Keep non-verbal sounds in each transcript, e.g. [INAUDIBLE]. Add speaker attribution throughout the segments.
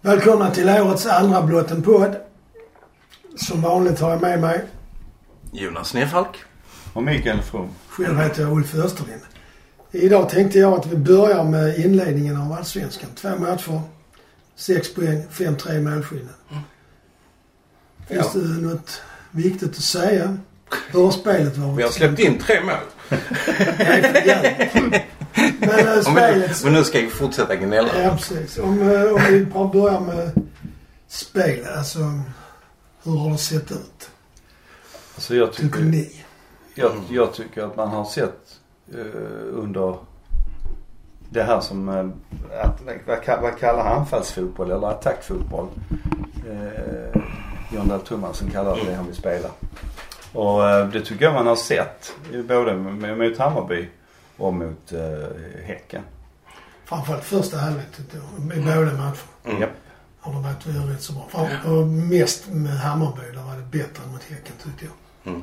Speaker 1: Välkomna till årets andra Blåten podd. Som vanligt har jag med mig,
Speaker 2: Jonas Nerfalk.
Speaker 3: Och Mikael From.
Speaker 1: själv heter jag Ulf Österlind. Idag tänkte jag att vi börjar med inledningen av Allsvenskan. Två matcher, sex poäng, 5-3 i målskillnad. Finns
Speaker 2: Ja.
Speaker 1: det något viktigt att säga? Hur har spelet varit?
Speaker 2: Vi har släppt in tre mål.
Speaker 1: Nej, för jävligt. Men eh,
Speaker 2: Om vi,
Speaker 1: spelet...
Speaker 2: men nu ska vi fortsätta gnälla.
Speaker 1: Ja, precis. Om, eh, om vi bara börjar med spel, alltså hur har det sett ut?
Speaker 3: Alltså jag,
Speaker 1: Tycker
Speaker 3: tycker,
Speaker 1: ni?
Speaker 3: jag, jag tycker att man har sett eh, under det här som, eh, att, vad, ka- vad kallar han anfallsfotboll eller attackfotboll? Eh, John Dahl Thomasson kallar det det han vill spela. Och eh, det tycker jag man har sett eh, både m- mot Hammarby och mot eh, Häcken.
Speaker 1: Framförallt första halvlek tyckte jag. I båda matcherna
Speaker 2: Mm.
Speaker 3: Japp.
Speaker 1: har de varit rätt så bra. Fram- Och mest med Hammarby, där var det bättre än mot Häcken tyckte jag.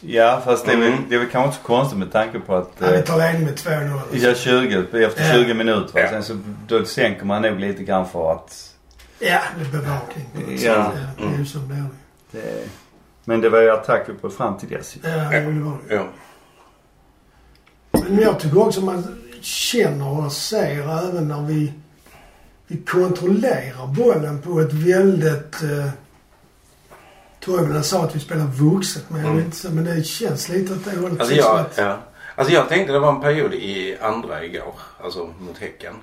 Speaker 3: Ja fast det är, väl,
Speaker 2: Mm.
Speaker 3: det är väl kanske inte så konstigt med tanke på att
Speaker 1: Ja,
Speaker 3: eh,
Speaker 1: vi tar ledning med alltså. 2-0.
Speaker 3: Ja, 20, efter
Speaker 1: Ja.
Speaker 3: 20 minuter. Va?
Speaker 2: Ja.
Speaker 3: Sen så då sänker man nog lite grann för att...
Speaker 1: Ja, det är bevakning. på något sätt.
Speaker 3: Ja.
Speaker 1: Ja, Det är ju som det är.
Speaker 3: Det... Men det var ju attacker på fram till dess. ju.
Speaker 1: Ja, det var det.
Speaker 2: Ja.
Speaker 1: Men jag tycker också man känner och ser även när vi, vi kontrollerar bollen på ett väldigt... Eh, Toivonen sa att vi spelar vuxet, men, jag vet inte, så- men det känns lite åt det hållet.
Speaker 2: Alltså,
Speaker 1: Som
Speaker 2: jag,
Speaker 1: att-
Speaker 2: ja. alltså jag tänkte det var en period i andra igår, alltså mot Häcken.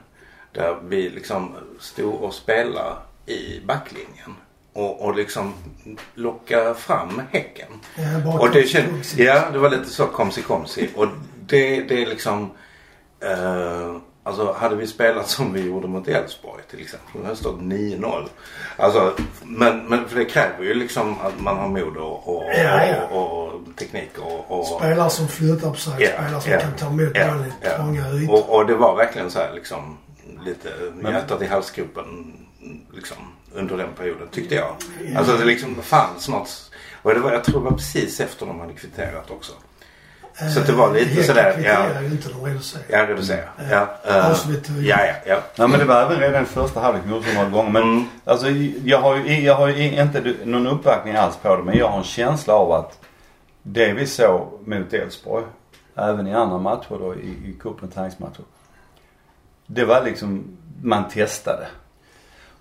Speaker 2: Där vi liksom stod och spelade i backlinjen. Och, och liksom locka fram Häcken.
Speaker 1: Ja, bara
Speaker 2: och det
Speaker 1: komsi-
Speaker 2: känd,
Speaker 1: komsi.
Speaker 2: Ja, det var lite så komsi komsi. Och det, det är liksom... Eh, alltså hade vi spelat som vi gjorde mot Elfsborg till exempel. Då hade det stått 9-0. Alltså, men, men för det kräver ju liksom att man har mod och, och,
Speaker 1: Ja, ja.
Speaker 2: och, och teknik och... och
Speaker 1: Spelare som flyttar på sig,
Speaker 2: Ja,
Speaker 1: spelare som
Speaker 2: ja,
Speaker 1: kan ta emot
Speaker 2: ja,
Speaker 1: bollen i
Speaker 2: ja.
Speaker 1: trånga ytor.
Speaker 2: Och, och det var verkligen så här liksom lite
Speaker 3: Men-
Speaker 2: hjärtat i halsgropen liksom under den perioden tyckte jag. Alltså det liksom fanns något. Och det var, jag tror det var precis efter de hade kvitterat också. Så det
Speaker 1: Eh,
Speaker 2: var lite sådär,
Speaker 1: Ja.
Speaker 2: ja.
Speaker 1: är ju inte de reducerar.
Speaker 2: Ja, det vill säga. Ja,
Speaker 1: Ja,
Speaker 2: eh,
Speaker 1: så vet du.
Speaker 2: ja, ja, ja.
Speaker 3: Ja men det var även redan i första halvlek vi gjorde så många gånger. Men
Speaker 2: Mm.
Speaker 3: alltså jag har ju, jag har ju inte du- någon uppbackning alls på det. Men jag har en känsla av att det vi såg mot Elfsborg, även i andra matcher då i, i cupen, träningsmatcher. Det var liksom, man testade.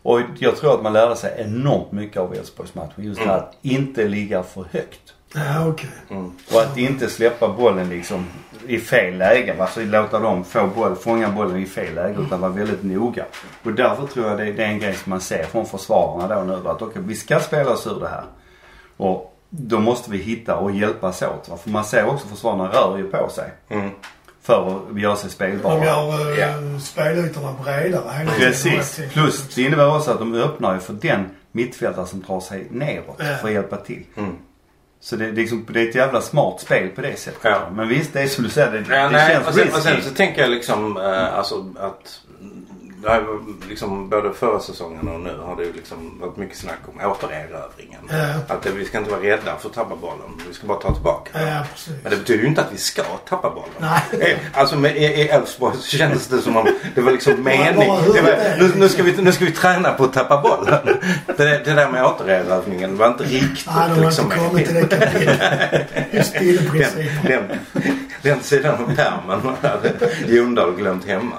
Speaker 3: Och jag tror att man lärde sig enormt mycket av Elfsborgsmatchen. Just det här att inte ligga för högt.
Speaker 1: Ja, okej.
Speaker 3: Och att inte släppa bollen liksom i fel lägen. Alltså låta dem få boll, fånga bollen i fel läge utan vara väldigt noga. Och därför tror jag det, det är en grej som man ser från försvararna då nu. Att okej, vi ska spela oss ur det här. Och då måste vi hitta och hjälpas åt. Va? För man ser också försvararna rör ju på sig.
Speaker 2: Mm.
Speaker 3: För att göra sig
Speaker 1: De
Speaker 3: spelbara.
Speaker 1: gör eh,
Speaker 2: Ja.
Speaker 1: spelytorna bredare hela tiden.
Speaker 3: Precis. Plus det innebär också att de öppnar ju för den mittfältare som tar sig neråt
Speaker 1: Ja.
Speaker 3: för att hjälpa till.
Speaker 2: Mm.
Speaker 3: Så det, det, är liksom, det är ett jävla smart spel på det sättet.
Speaker 2: Ja.
Speaker 3: Men visst, det är som du säger. Det,
Speaker 2: Ja,
Speaker 3: det
Speaker 2: nej,
Speaker 3: känns
Speaker 2: och sen,
Speaker 3: risky.
Speaker 2: och sen så tänker jag liksom eh, alltså att det har ju liksom både förra säsongen och nu har det ju liksom varit mycket snack om återerövringen.
Speaker 1: Ja.
Speaker 2: Att det, vi ska inte vara rädda för att tappa bollen. Vi ska bara ta tillbaka den.
Speaker 1: Ja, precis.
Speaker 2: Men det betyder ju inte att vi ska tappa bollen.
Speaker 1: Nej.
Speaker 2: Eh, Alltså med, i i Elfsborg så kändes det som om det
Speaker 1: [LAUGHS]
Speaker 2: var liksom mening.
Speaker 1: bara hur
Speaker 2: Det
Speaker 1: det är.
Speaker 2: var, nu, nu, ska vi, nu ska vi träna på att tappa bollen. [LAUGHS] Det, det där med återerövringen var inte riktigt
Speaker 1: Nej, de har
Speaker 2: liksom
Speaker 1: inte kommit till det kapitlet.
Speaker 2: [LAUGHS]
Speaker 1: Just
Speaker 2: den,
Speaker 1: spelprincipen.
Speaker 2: den, den sidan av pärmen [LAUGHS] hade Jondal glömt hemma.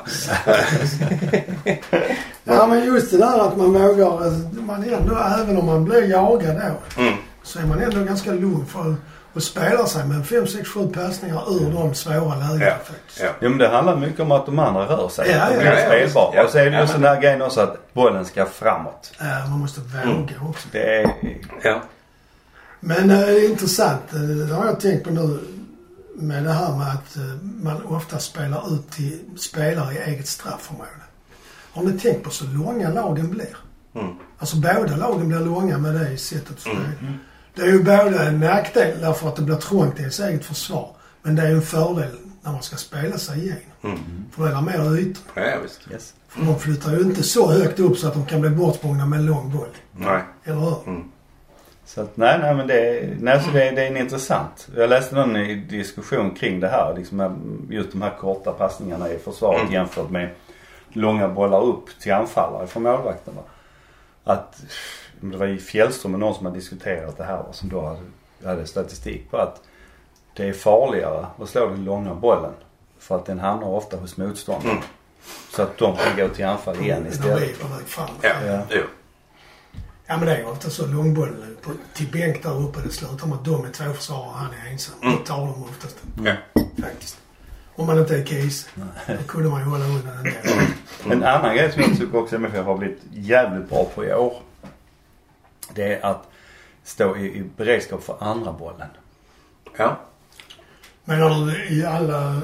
Speaker 1: Ja, men just det där att man vågar. alltså, Man är ändå, även om man blir jagad då,
Speaker 2: Mm.
Speaker 1: så är man ändå ganska lugn för och spelar sig med 5, 6, 7 passningar ur de svåra lägena
Speaker 2: Ja,
Speaker 1: faktiskt.
Speaker 2: ja.
Speaker 3: Ja men det handlar mycket om att de andra rör sig.
Speaker 1: Ja,
Speaker 3: Ja,
Speaker 1: ja,
Speaker 3: ja,
Speaker 1: ja,
Speaker 3: spelbara.
Speaker 2: ja.
Speaker 3: Och så är det ju
Speaker 2: Ja,
Speaker 3: ja,
Speaker 2: men-
Speaker 3: sån här grej också att bollen ska framåt.
Speaker 1: Eh, Man måste våga
Speaker 2: Mm.
Speaker 1: också.
Speaker 3: Det är...
Speaker 2: Ja.
Speaker 1: Men eh, det är intressant. eh, Det har jag tänkt på nu med det här med att eh, man ofta spelar ut till spelare i eget straffområde. Har ni tänkt på så långa lagen blir? Alltså båda lagen blir långa med det sättet. För Det är ju både en nackdel därför att det blir trångt i ens eget försvar. Men det är ju en fördel när man ska spela sig igenom. För då är det mer ytor.
Speaker 2: ja, visst.
Speaker 3: Yes.
Speaker 1: För de flyttar ju inte så högt upp så att de kan bli bortsprungna med en lång boll.
Speaker 2: Nej.
Speaker 1: Eller hur?
Speaker 3: Så att, nej, nej men det är, nej, så det, är- det är en intressant. Jag läste någon i- diskussion kring det här. Liksom, med just de här korta passningarna i försvaret jämfört med långa bollar upp till anfallare från målvakterna. Att, om det var i Fjällström och någon som har diskuterat det här och som då hade, hade statistik på att det är farligare att slå den långa bollen. För att den hamnar ofta hos motståndaren.
Speaker 2: Mm.
Speaker 3: Så att de kan gå till anfall igen
Speaker 1: När vi
Speaker 3: istället.
Speaker 1: Mm, är på väg fram.
Speaker 2: Ja,
Speaker 3: Ja.
Speaker 2: jo.
Speaker 1: Ja, men det är ofta så. Långbollen på- till bänk där uppe. Det slutar med att de är två försvarare och han är ensam. Då tar de oftast den,
Speaker 2: Ja.
Speaker 1: faktiskt. Om man inte är case. Då kunde man ju hålla undan en del.
Speaker 3: En annan grej som jag tycker också MFF har blivit jävligt bra på i år. Det är att stå i, i beredskap för andra bollen.
Speaker 2: Ja.
Speaker 1: Menar du i alla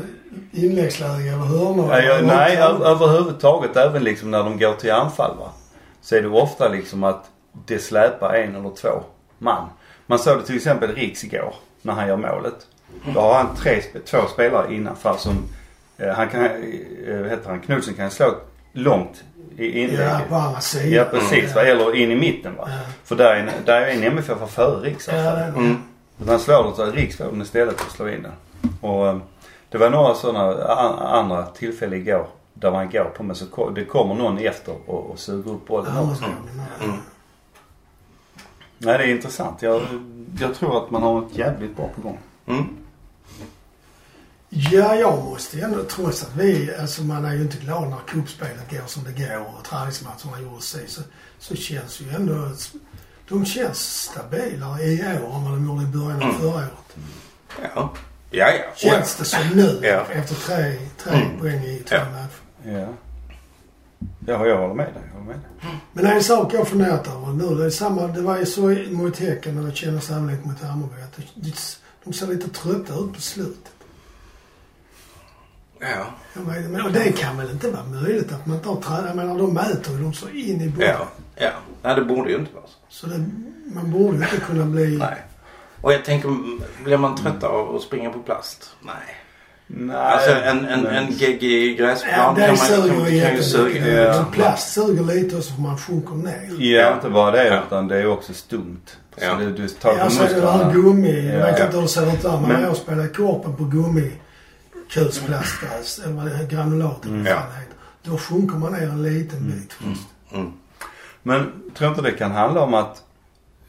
Speaker 1: inläggslägen eller hörnor?
Speaker 3: Nej, jag, nej
Speaker 1: Eller-
Speaker 3: ö- överhuvudtaget även liksom när de går till anfall va. Så är det ofta liksom att det släpar en eller två man. Man såg det till exempel Riks igår när han gör målet. Då har han tre, sp- två spelare innanför som, eh, han kan, eh, heter han Knutsen kan slå långt i inlägget.
Speaker 1: Ja, på andra sidan.
Speaker 3: Ja precis. Va? Eller in i mitten va.
Speaker 1: Ja.
Speaker 3: För där är, en- där är en MFF var före Riks.
Speaker 1: Ja, det-
Speaker 2: Mm.
Speaker 3: Utan han slår den så att Riks får den istället för att slå in den. Och eh, det var några sådana a- andra tillfällen igår där man går på men så ko- det kommer någon efter och, och suger upp bollen
Speaker 1: Ja,
Speaker 3: också.
Speaker 2: Mm.
Speaker 3: Nej det är intressant. Jag, jag tror att man har ett jävligt bra på gång.
Speaker 2: Mm.
Speaker 1: Ja, jag måste ju ändå trots att vi, alltså man är ju inte glad när cupspelet går som det går och träningsmatcherna gjorde sig så, så känns ju ändå, de känns stabilare i år än vad de gjorde i början
Speaker 2: Mm.
Speaker 1: av förra året.
Speaker 2: Ja. Ja, ja.
Speaker 1: Känns det som nu
Speaker 2: Ja.
Speaker 1: efter tre, tre
Speaker 2: Mm.
Speaker 1: poäng i tre
Speaker 2: Ja.
Speaker 1: matcher.
Speaker 3: Ja. Ja jag håller med dig. Jag håller med dig.
Speaker 1: Men det är en sak jag funderat över nu. Det, är samma, det var ju så i- mot Häcken och det kändes sannolikt mot Hammarby att det- det- de ser lite trötta ut på slutet.
Speaker 2: Ja.
Speaker 1: Jag vet, men, och det kan väl inte vara möjligt att man inte har tränat. Jag menar de mäter ju dem så in i bordet.
Speaker 2: Ja. ja. Nej, det borde ju inte vara så.
Speaker 1: Så det, man borde ju inte kunna bli...
Speaker 2: Nej. Och jag tänker, m- blir man trött av att springa på plast? Nej.
Speaker 3: Nej,
Speaker 2: Alltså en, en,
Speaker 3: men-
Speaker 2: en geggig
Speaker 1: Ja,
Speaker 2: gräsplan
Speaker 1: det
Speaker 2: kan man
Speaker 1: suger
Speaker 2: kan,
Speaker 1: ju
Speaker 2: kan ju suga.
Speaker 1: jättemycket.
Speaker 3: Ja.
Speaker 1: Men Plast suger lite och så får man sjunker ner.
Speaker 3: Ja, inte bara det
Speaker 2: Ja.
Speaker 3: utan det är också stumt. Så
Speaker 2: Ja.
Speaker 3: du, du tar på
Speaker 1: Jag ser det
Speaker 3: musklerna.
Speaker 1: där gummi. Jag
Speaker 3: Ja.
Speaker 1: vet inte hur det ser ut där. Men
Speaker 3: Men-
Speaker 1: jag spelade korpen på gummi. Kulsplastgräs. Eller vad det är, granulat eller vad
Speaker 2: Ja.
Speaker 1: fan det heter. Då sjunker man ner en liten bit först.
Speaker 2: Mm.
Speaker 3: Men tror inte det kan handla om att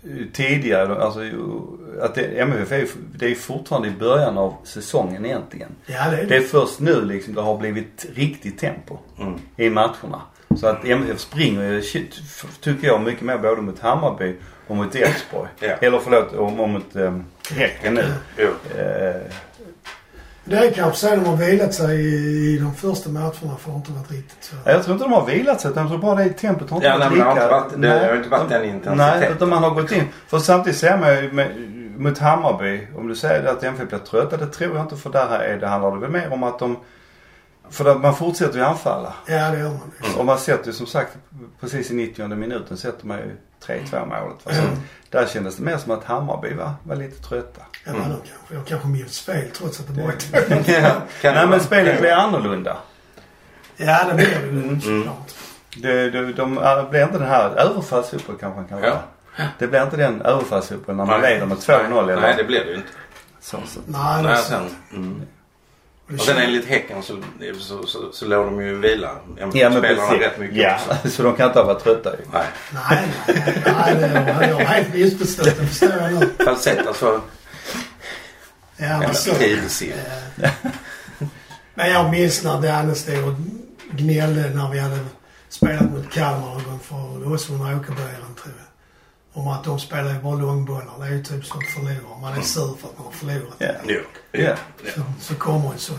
Speaker 3: eh, tidigare, alltså ju- att det, MFF är ju det är fortfarande i början av säsongen egentligen.
Speaker 1: Ja, det är
Speaker 3: Det är
Speaker 1: det.
Speaker 3: först nu liksom det har blivit riktigt tempo
Speaker 2: Mm.
Speaker 3: i matcherna. Så att MFF springer ju, shit, f- tycker jag, mycket mer både mot Hammarby och mot Elfsborg.
Speaker 2: Ja.
Speaker 3: Eller förlåt, och, och mot um, Häcken nu.
Speaker 2: Jo.
Speaker 3: Eh,
Speaker 1: Det är kanske så de har vilat sig i, i de första matcherna för det har inte varit riktigt så.
Speaker 3: Ja, Jag tror inte de har vilat sig utan jag tror bara det tempot har inte
Speaker 2: Ja, nej, men det har inte varit- det
Speaker 3: Nej.
Speaker 2: har inte varit den
Speaker 3: Nej,
Speaker 2: intensiteten.
Speaker 3: utan man har gått in. För samtidigt ser man ju med, mot Hammarby, om du säger att MFF blir trötta, det tror jag inte för där är det handlar det väl mer om att de... För att man fortsätter ju anfalla.
Speaker 1: Ja, det gör man.
Speaker 3: Och man sätter ju som sagt precis i 90 minuten sätter man ju 3-2 målet. Va? Så
Speaker 2: Mm.
Speaker 3: där kändes det mer som att Hammarby va? var lite trötta.
Speaker 1: Ja, mm. då kanske. Jag kanske minns fel trots att det var ett...
Speaker 2: Kan det
Speaker 3: Nej men
Speaker 2: vara.
Speaker 3: spelet blev annorlunda.
Speaker 1: [LAUGHS] Ja, det blir det ju såklart.
Speaker 3: Det, det, de, det blir inte den här överfallsfotboll kanske man kan
Speaker 2: Ja.
Speaker 3: vara. Det blir inte den överfallsfotboll när man leder med 2-0 eller
Speaker 2: Nej, det blir det ju inte.
Speaker 3: så, så.
Speaker 1: Nej, det är
Speaker 2: Nej,
Speaker 1: sant.
Speaker 2: sen, mm.
Speaker 1: dus-
Speaker 2: Och sen enligt Häcken så, så, så, så låg de ju vila.
Speaker 3: Ja men
Speaker 2: Spelarna
Speaker 3: precis.
Speaker 2: rätt mycket
Speaker 3: ja.
Speaker 2: också.
Speaker 3: [LAUGHS] Så de kan inte ha varit trötta ju.
Speaker 2: Nej.
Speaker 1: Nej, nej, nej. nej, det var- Jag har helt missförstått. Det förstår jag nu.
Speaker 2: Fast sett alltså
Speaker 1: Ja,
Speaker 2: en
Speaker 1: men så.
Speaker 2: tidsserie.
Speaker 1: Eh, Men jag minns när Danne stod och gnällde när vi hade spelat mot Kalmar någon gång för det var som med Åkerbergen tror jag. Om att de spelar ju bara långbollar. Det är ju typ sånt förlorar. Man är sur för att man har förlorat.
Speaker 3: Ja.
Speaker 2: Jo.
Speaker 3: Ja.
Speaker 1: Så, så kommer en sån.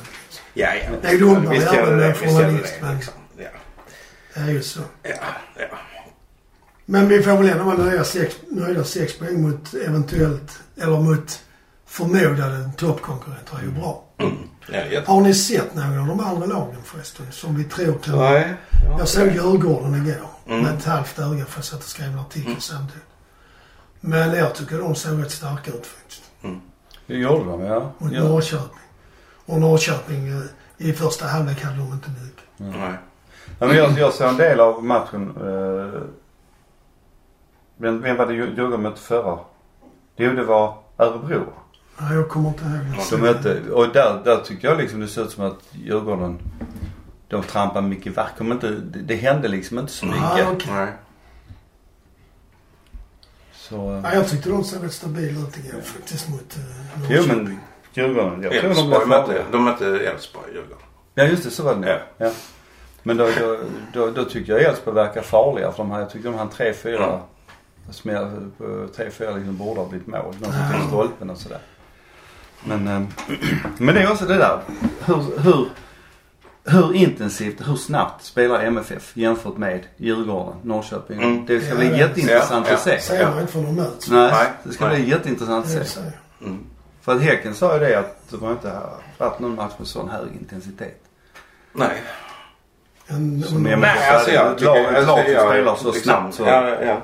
Speaker 2: Ja, ja.
Speaker 1: Det är dumt när
Speaker 2: Visst
Speaker 1: vi
Speaker 2: gör det
Speaker 1: använder
Speaker 2: det.
Speaker 1: en
Speaker 2: Visst gör det
Speaker 1: journalist,
Speaker 2: det.
Speaker 1: men-
Speaker 2: Liksom. Ja.
Speaker 1: Det är ju så.
Speaker 2: Ja, ja.
Speaker 1: Men vi får väl ändå vara nöjda sex, nöjda sex poäng mot eventuellt, eller mot förmodade toppkonkurrenter. är ju bra.
Speaker 2: Mm. Ja, jätte-
Speaker 1: Har ni sett någon av de andra lagen förresten som vi tror kan...
Speaker 2: Nej.
Speaker 1: Jag såg Djurgården igår
Speaker 2: Mm.
Speaker 1: med ett halvt öga för jag satt och skrev en artikel samtidigt. Men jag tycker de såg rätt starka ut faktiskt.
Speaker 3: Det gjorde de ja.
Speaker 1: Mot
Speaker 3: ja.
Speaker 1: Norrköping. Och Norrköping eh, i första halvlek hade de inte mycket.
Speaker 2: Mm, Nej.
Speaker 3: ja men jag, jag såg en del av matchen. Eh, vem, vem var det Djur- Djurgården mötte förra? Jo det var Örebro.
Speaker 1: Nej, jag kommer inte ihåg.
Speaker 3: De mötte, och där, där tycker jag liksom det ser ut som att Djurgården de trampade mycket vacker. Men inte, det, det hände liksom inte så mycket.
Speaker 1: Ja, okej.
Speaker 2: Nej.
Speaker 3: Så, eh,
Speaker 1: Ja, jag tyckte de såg rätt stabila ut igår faktiskt mot eh,
Speaker 3: jo
Speaker 1: Norrköping.
Speaker 3: men Djurgården. Jag tror de
Speaker 2: Elfsborg
Speaker 3: blev
Speaker 2: mötte,
Speaker 3: farliga.
Speaker 2: de mötte Elfsborg, Djurgården.
Speaker 3: Ja just det, så var det nog.
Speaker 2: Ja.
Speaker 3: ja. Men då, då, då, då tycker jag Elfsborg verkar farliga för de här, jag tyckte de hann 3-4
Speaker 2: Ja. Ah.
Speaker 3: smäll på 3-4 liksom borde ha blivit mål. Någon som
Speaker 1: Ja.
Speaker 3: tog stolpen och sådär. Men, eh, men det är också det där. Hur, hur, hur intensivt, hur snabbt spelar MFF jämfört med Djurgården, Norrköping?
Speaker 2: Mm.
Speaker 3: Det ska
Speaker 1: Ja,
Speaker 3: bli
Speaker 1: ja.
Speaker 3: jätteintressant
Speaker 2: Ja,
Speaker 3: att se.
Speaker 1: Säger man inte för de möts.
Speaker 3: Nej,
Speaker 2: Nej,
Speaker 3: det ska
Speaker 2: nej.
Speaker 3: bli jätteintressant att
Speaker 1: Det är
Speaker 3: se.
Speaker 1: så.
Speaker 2: Mm.
Speaker 3: För att Häcken sa ju det att de har inte varit någon match med sån hög intensitet.
Speaker 2: Nej.
Speaker 1: En-
Speaker 3: Som är-
Speaker 1: en-
Speaker 2: Nej, alltså jag
Speaker 3: Ett lag-
Speaker 2: tycker...
Speaker 3: ett
Speaker 2: alltså,
Speaker 3: lag som
Speaker 2: jag- liksom-
Speaker 3: spelar så snabbt, så-
Speaker 2: Ja, ja.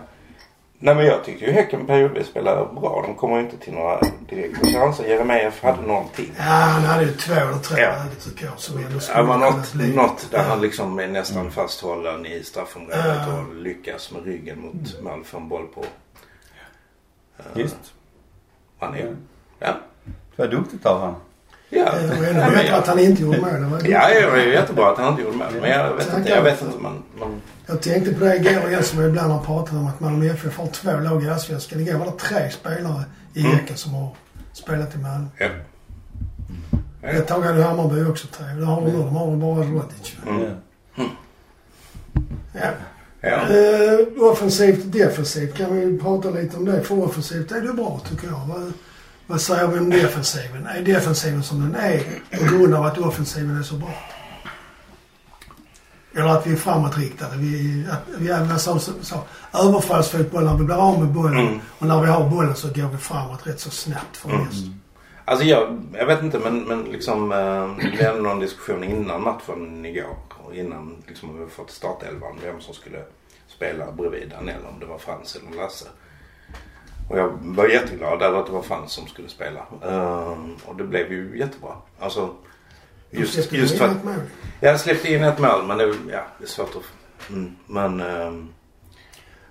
Speaker 2: Nej men jag tycker ju Häcken periodvis spelar bra. De kommer ju inte till några direkta chanser. Jeremejeff hade någonting.
Speaker 1: Ja, han hade ju två eller tre
Speaker 2: Ja.
Speaker 1: ja. tycker jag som ändå skulle
Speaker 2: Det var
Speaker 1: kunna
Speaker 2: något,
Speaker 1: bli-
Speaker 2: något där
Speaker 1: Ja. Mm.
Speaker 2: han liksom är nästan fasthållen i straffområdet
Speaker 1: Ja. Mm.
Speaker 2: och lyckas med ryggen mot Malm för en boll på.
Speaker 3: Just.
Speaker 2: Han är... Ja.
Speaker 3: Det var duktigt av han.
Speaker 2: Ja.
Speaker 1: Det var
Speaker 2: Nej,
Speaker 1: ännu
Speaker 2: men
Speaker 1: bättre
Speaker 2: jag-
Speaker 1: att han inte gjorde mål. Det var
Speaker 2: Ja, det var ju jättebra att han inte gjorde mål. Men jag vet
Speaker 1: Tackar.
Speaker 2: inte, jag vet inte. Man, man,
Speaker 1: Jag tänkte på det igår igen som jag ibland har pratat om att Malmö FF har två lag i Allsvenskan. Igår var det tre spelare i
Speaker 2: Mm.
Speaker 1: Häcken som har spelat i Malmö.
Speaker 2: ja.
Speaker 1: Ett tag hade Hammarby också tre. Det har de nu. De har väl bara Rodic. va?
Speaker 2: Mm.
Speaker 3: Ja.
Speaker 1: Ja.
Speaker 2: Ja.
Speaker 1: Eh, offensivt defensivt kan vi prata lite om det. För offensivt är det bra tycker jag. Vad, vad säger vi om defensiven? Är defensiven som den är på grund av att offensiven är så bra? Eller att vi är framåtriktade. Vi, att, vi är, som, som, som, överfallsfotboll när vi blir av med bollen.
Speaker 2: Mm.
Speaker 1: Och när vi har bollen så går vi framåt rätt så snabbt för
Speaker 2: Mm.
Speaker 1: oss.
Speaker 2: Alltså jag, jag vet inte men, men liksom eh, vi hade någon diskussion innan matchen igår. Och innan liksom vi fått startelvan. Vem som skulle spela bredvid den eller om det var Frans eller Lasse. Och jag var jätteglad över att det var Frans som skulle spela. Eh, och det blev ju jättebra. Alltså just, just för att jag släppte in ett mål men det, ja, det är svårt att... Mm, men... ehm,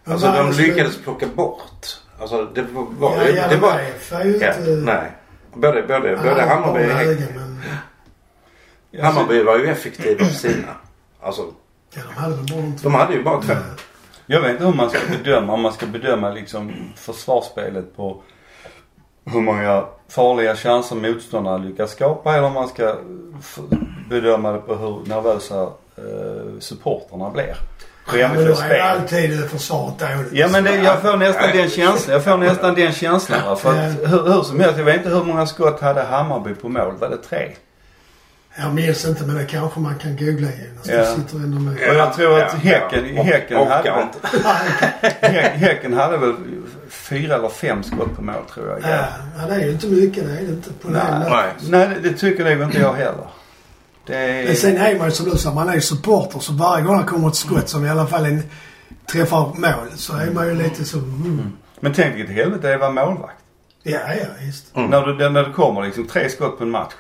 Speaker 2: Alltså de lyckades plocka bort. Alltså det var, var
Speaker 1: Ja, ja,
Speaker 2: det var,
Speaker 1: är ju
Speaker 2: ja,
Speaker 1: inte...
Speaker 2: nej. Både, både, både Hammarby och Häcken.
Speaker 1: men,
Speaker 2: Hammarby var ju effektiva på sina. Alltså
Speaker 1: ja, de hade väl bara de två.
Speaker 2: de hade ju bara två.
Speaker 3: Jag vet inte hur man ska bedöma, om man ska bedöma liksom försvarsspelet på hur många farliga chanser motståndarna lyckas skapa eller om man ska f- bedöma det på hur nervösa eh, supportrarna blir. För
Speaker 1: Ja, men då
Speaker 3: MFF
Speaker 1: är det
Speaker 3: spel.
Speaker 1: alltid försvaret dåligt.
Speaker 3: Ja men det, jag får nästan den känslan. Jag får nästan den känslan va. För att hur, hur som helst, jag vet inte hur många skott hade Hammarby på mål? Var det tre?
Speaker 1: Jag minns inte men det kanske man kan googla Jonas. Du
Speaker 3: Ja.
Speaker 1: sitter ändå med.
Speaker 3: Och jag tror att
Speaker 2: Ja,
Speaker 3: Häcken-
Speaker 2: ja.
Speaker 3: Häcken
Speaker 2: Och-
Speaker 3: hade-
Speaker 2: orkar inte.
Speaker 3: Hä- Häcken hade väl fyra eller fem skott på mål tror jag.
Speaker 1: Ja, ja, det är ju inte mycket. Det är det inte på den här matchen.
Speaker 2: Nej.
Speaker 3: Nej, det, det tycker nog inte jag heller. Det
Speaker 1: Men
Speaker 3: är...
Speaker 1: sen är man ju som du sa, man är ju supporter. Så varje gång det kommer ett skott som i alla fall en, träffar mål så är man ju lite så... Mm.
Speaker 3: Men tänk vilket helvete det är att vara målvakt.
Speaker 1: Ja, ja, visst.
Speaker 2: Mm.
Speaker 3: När, du, när det kommer liksom tre skott på en match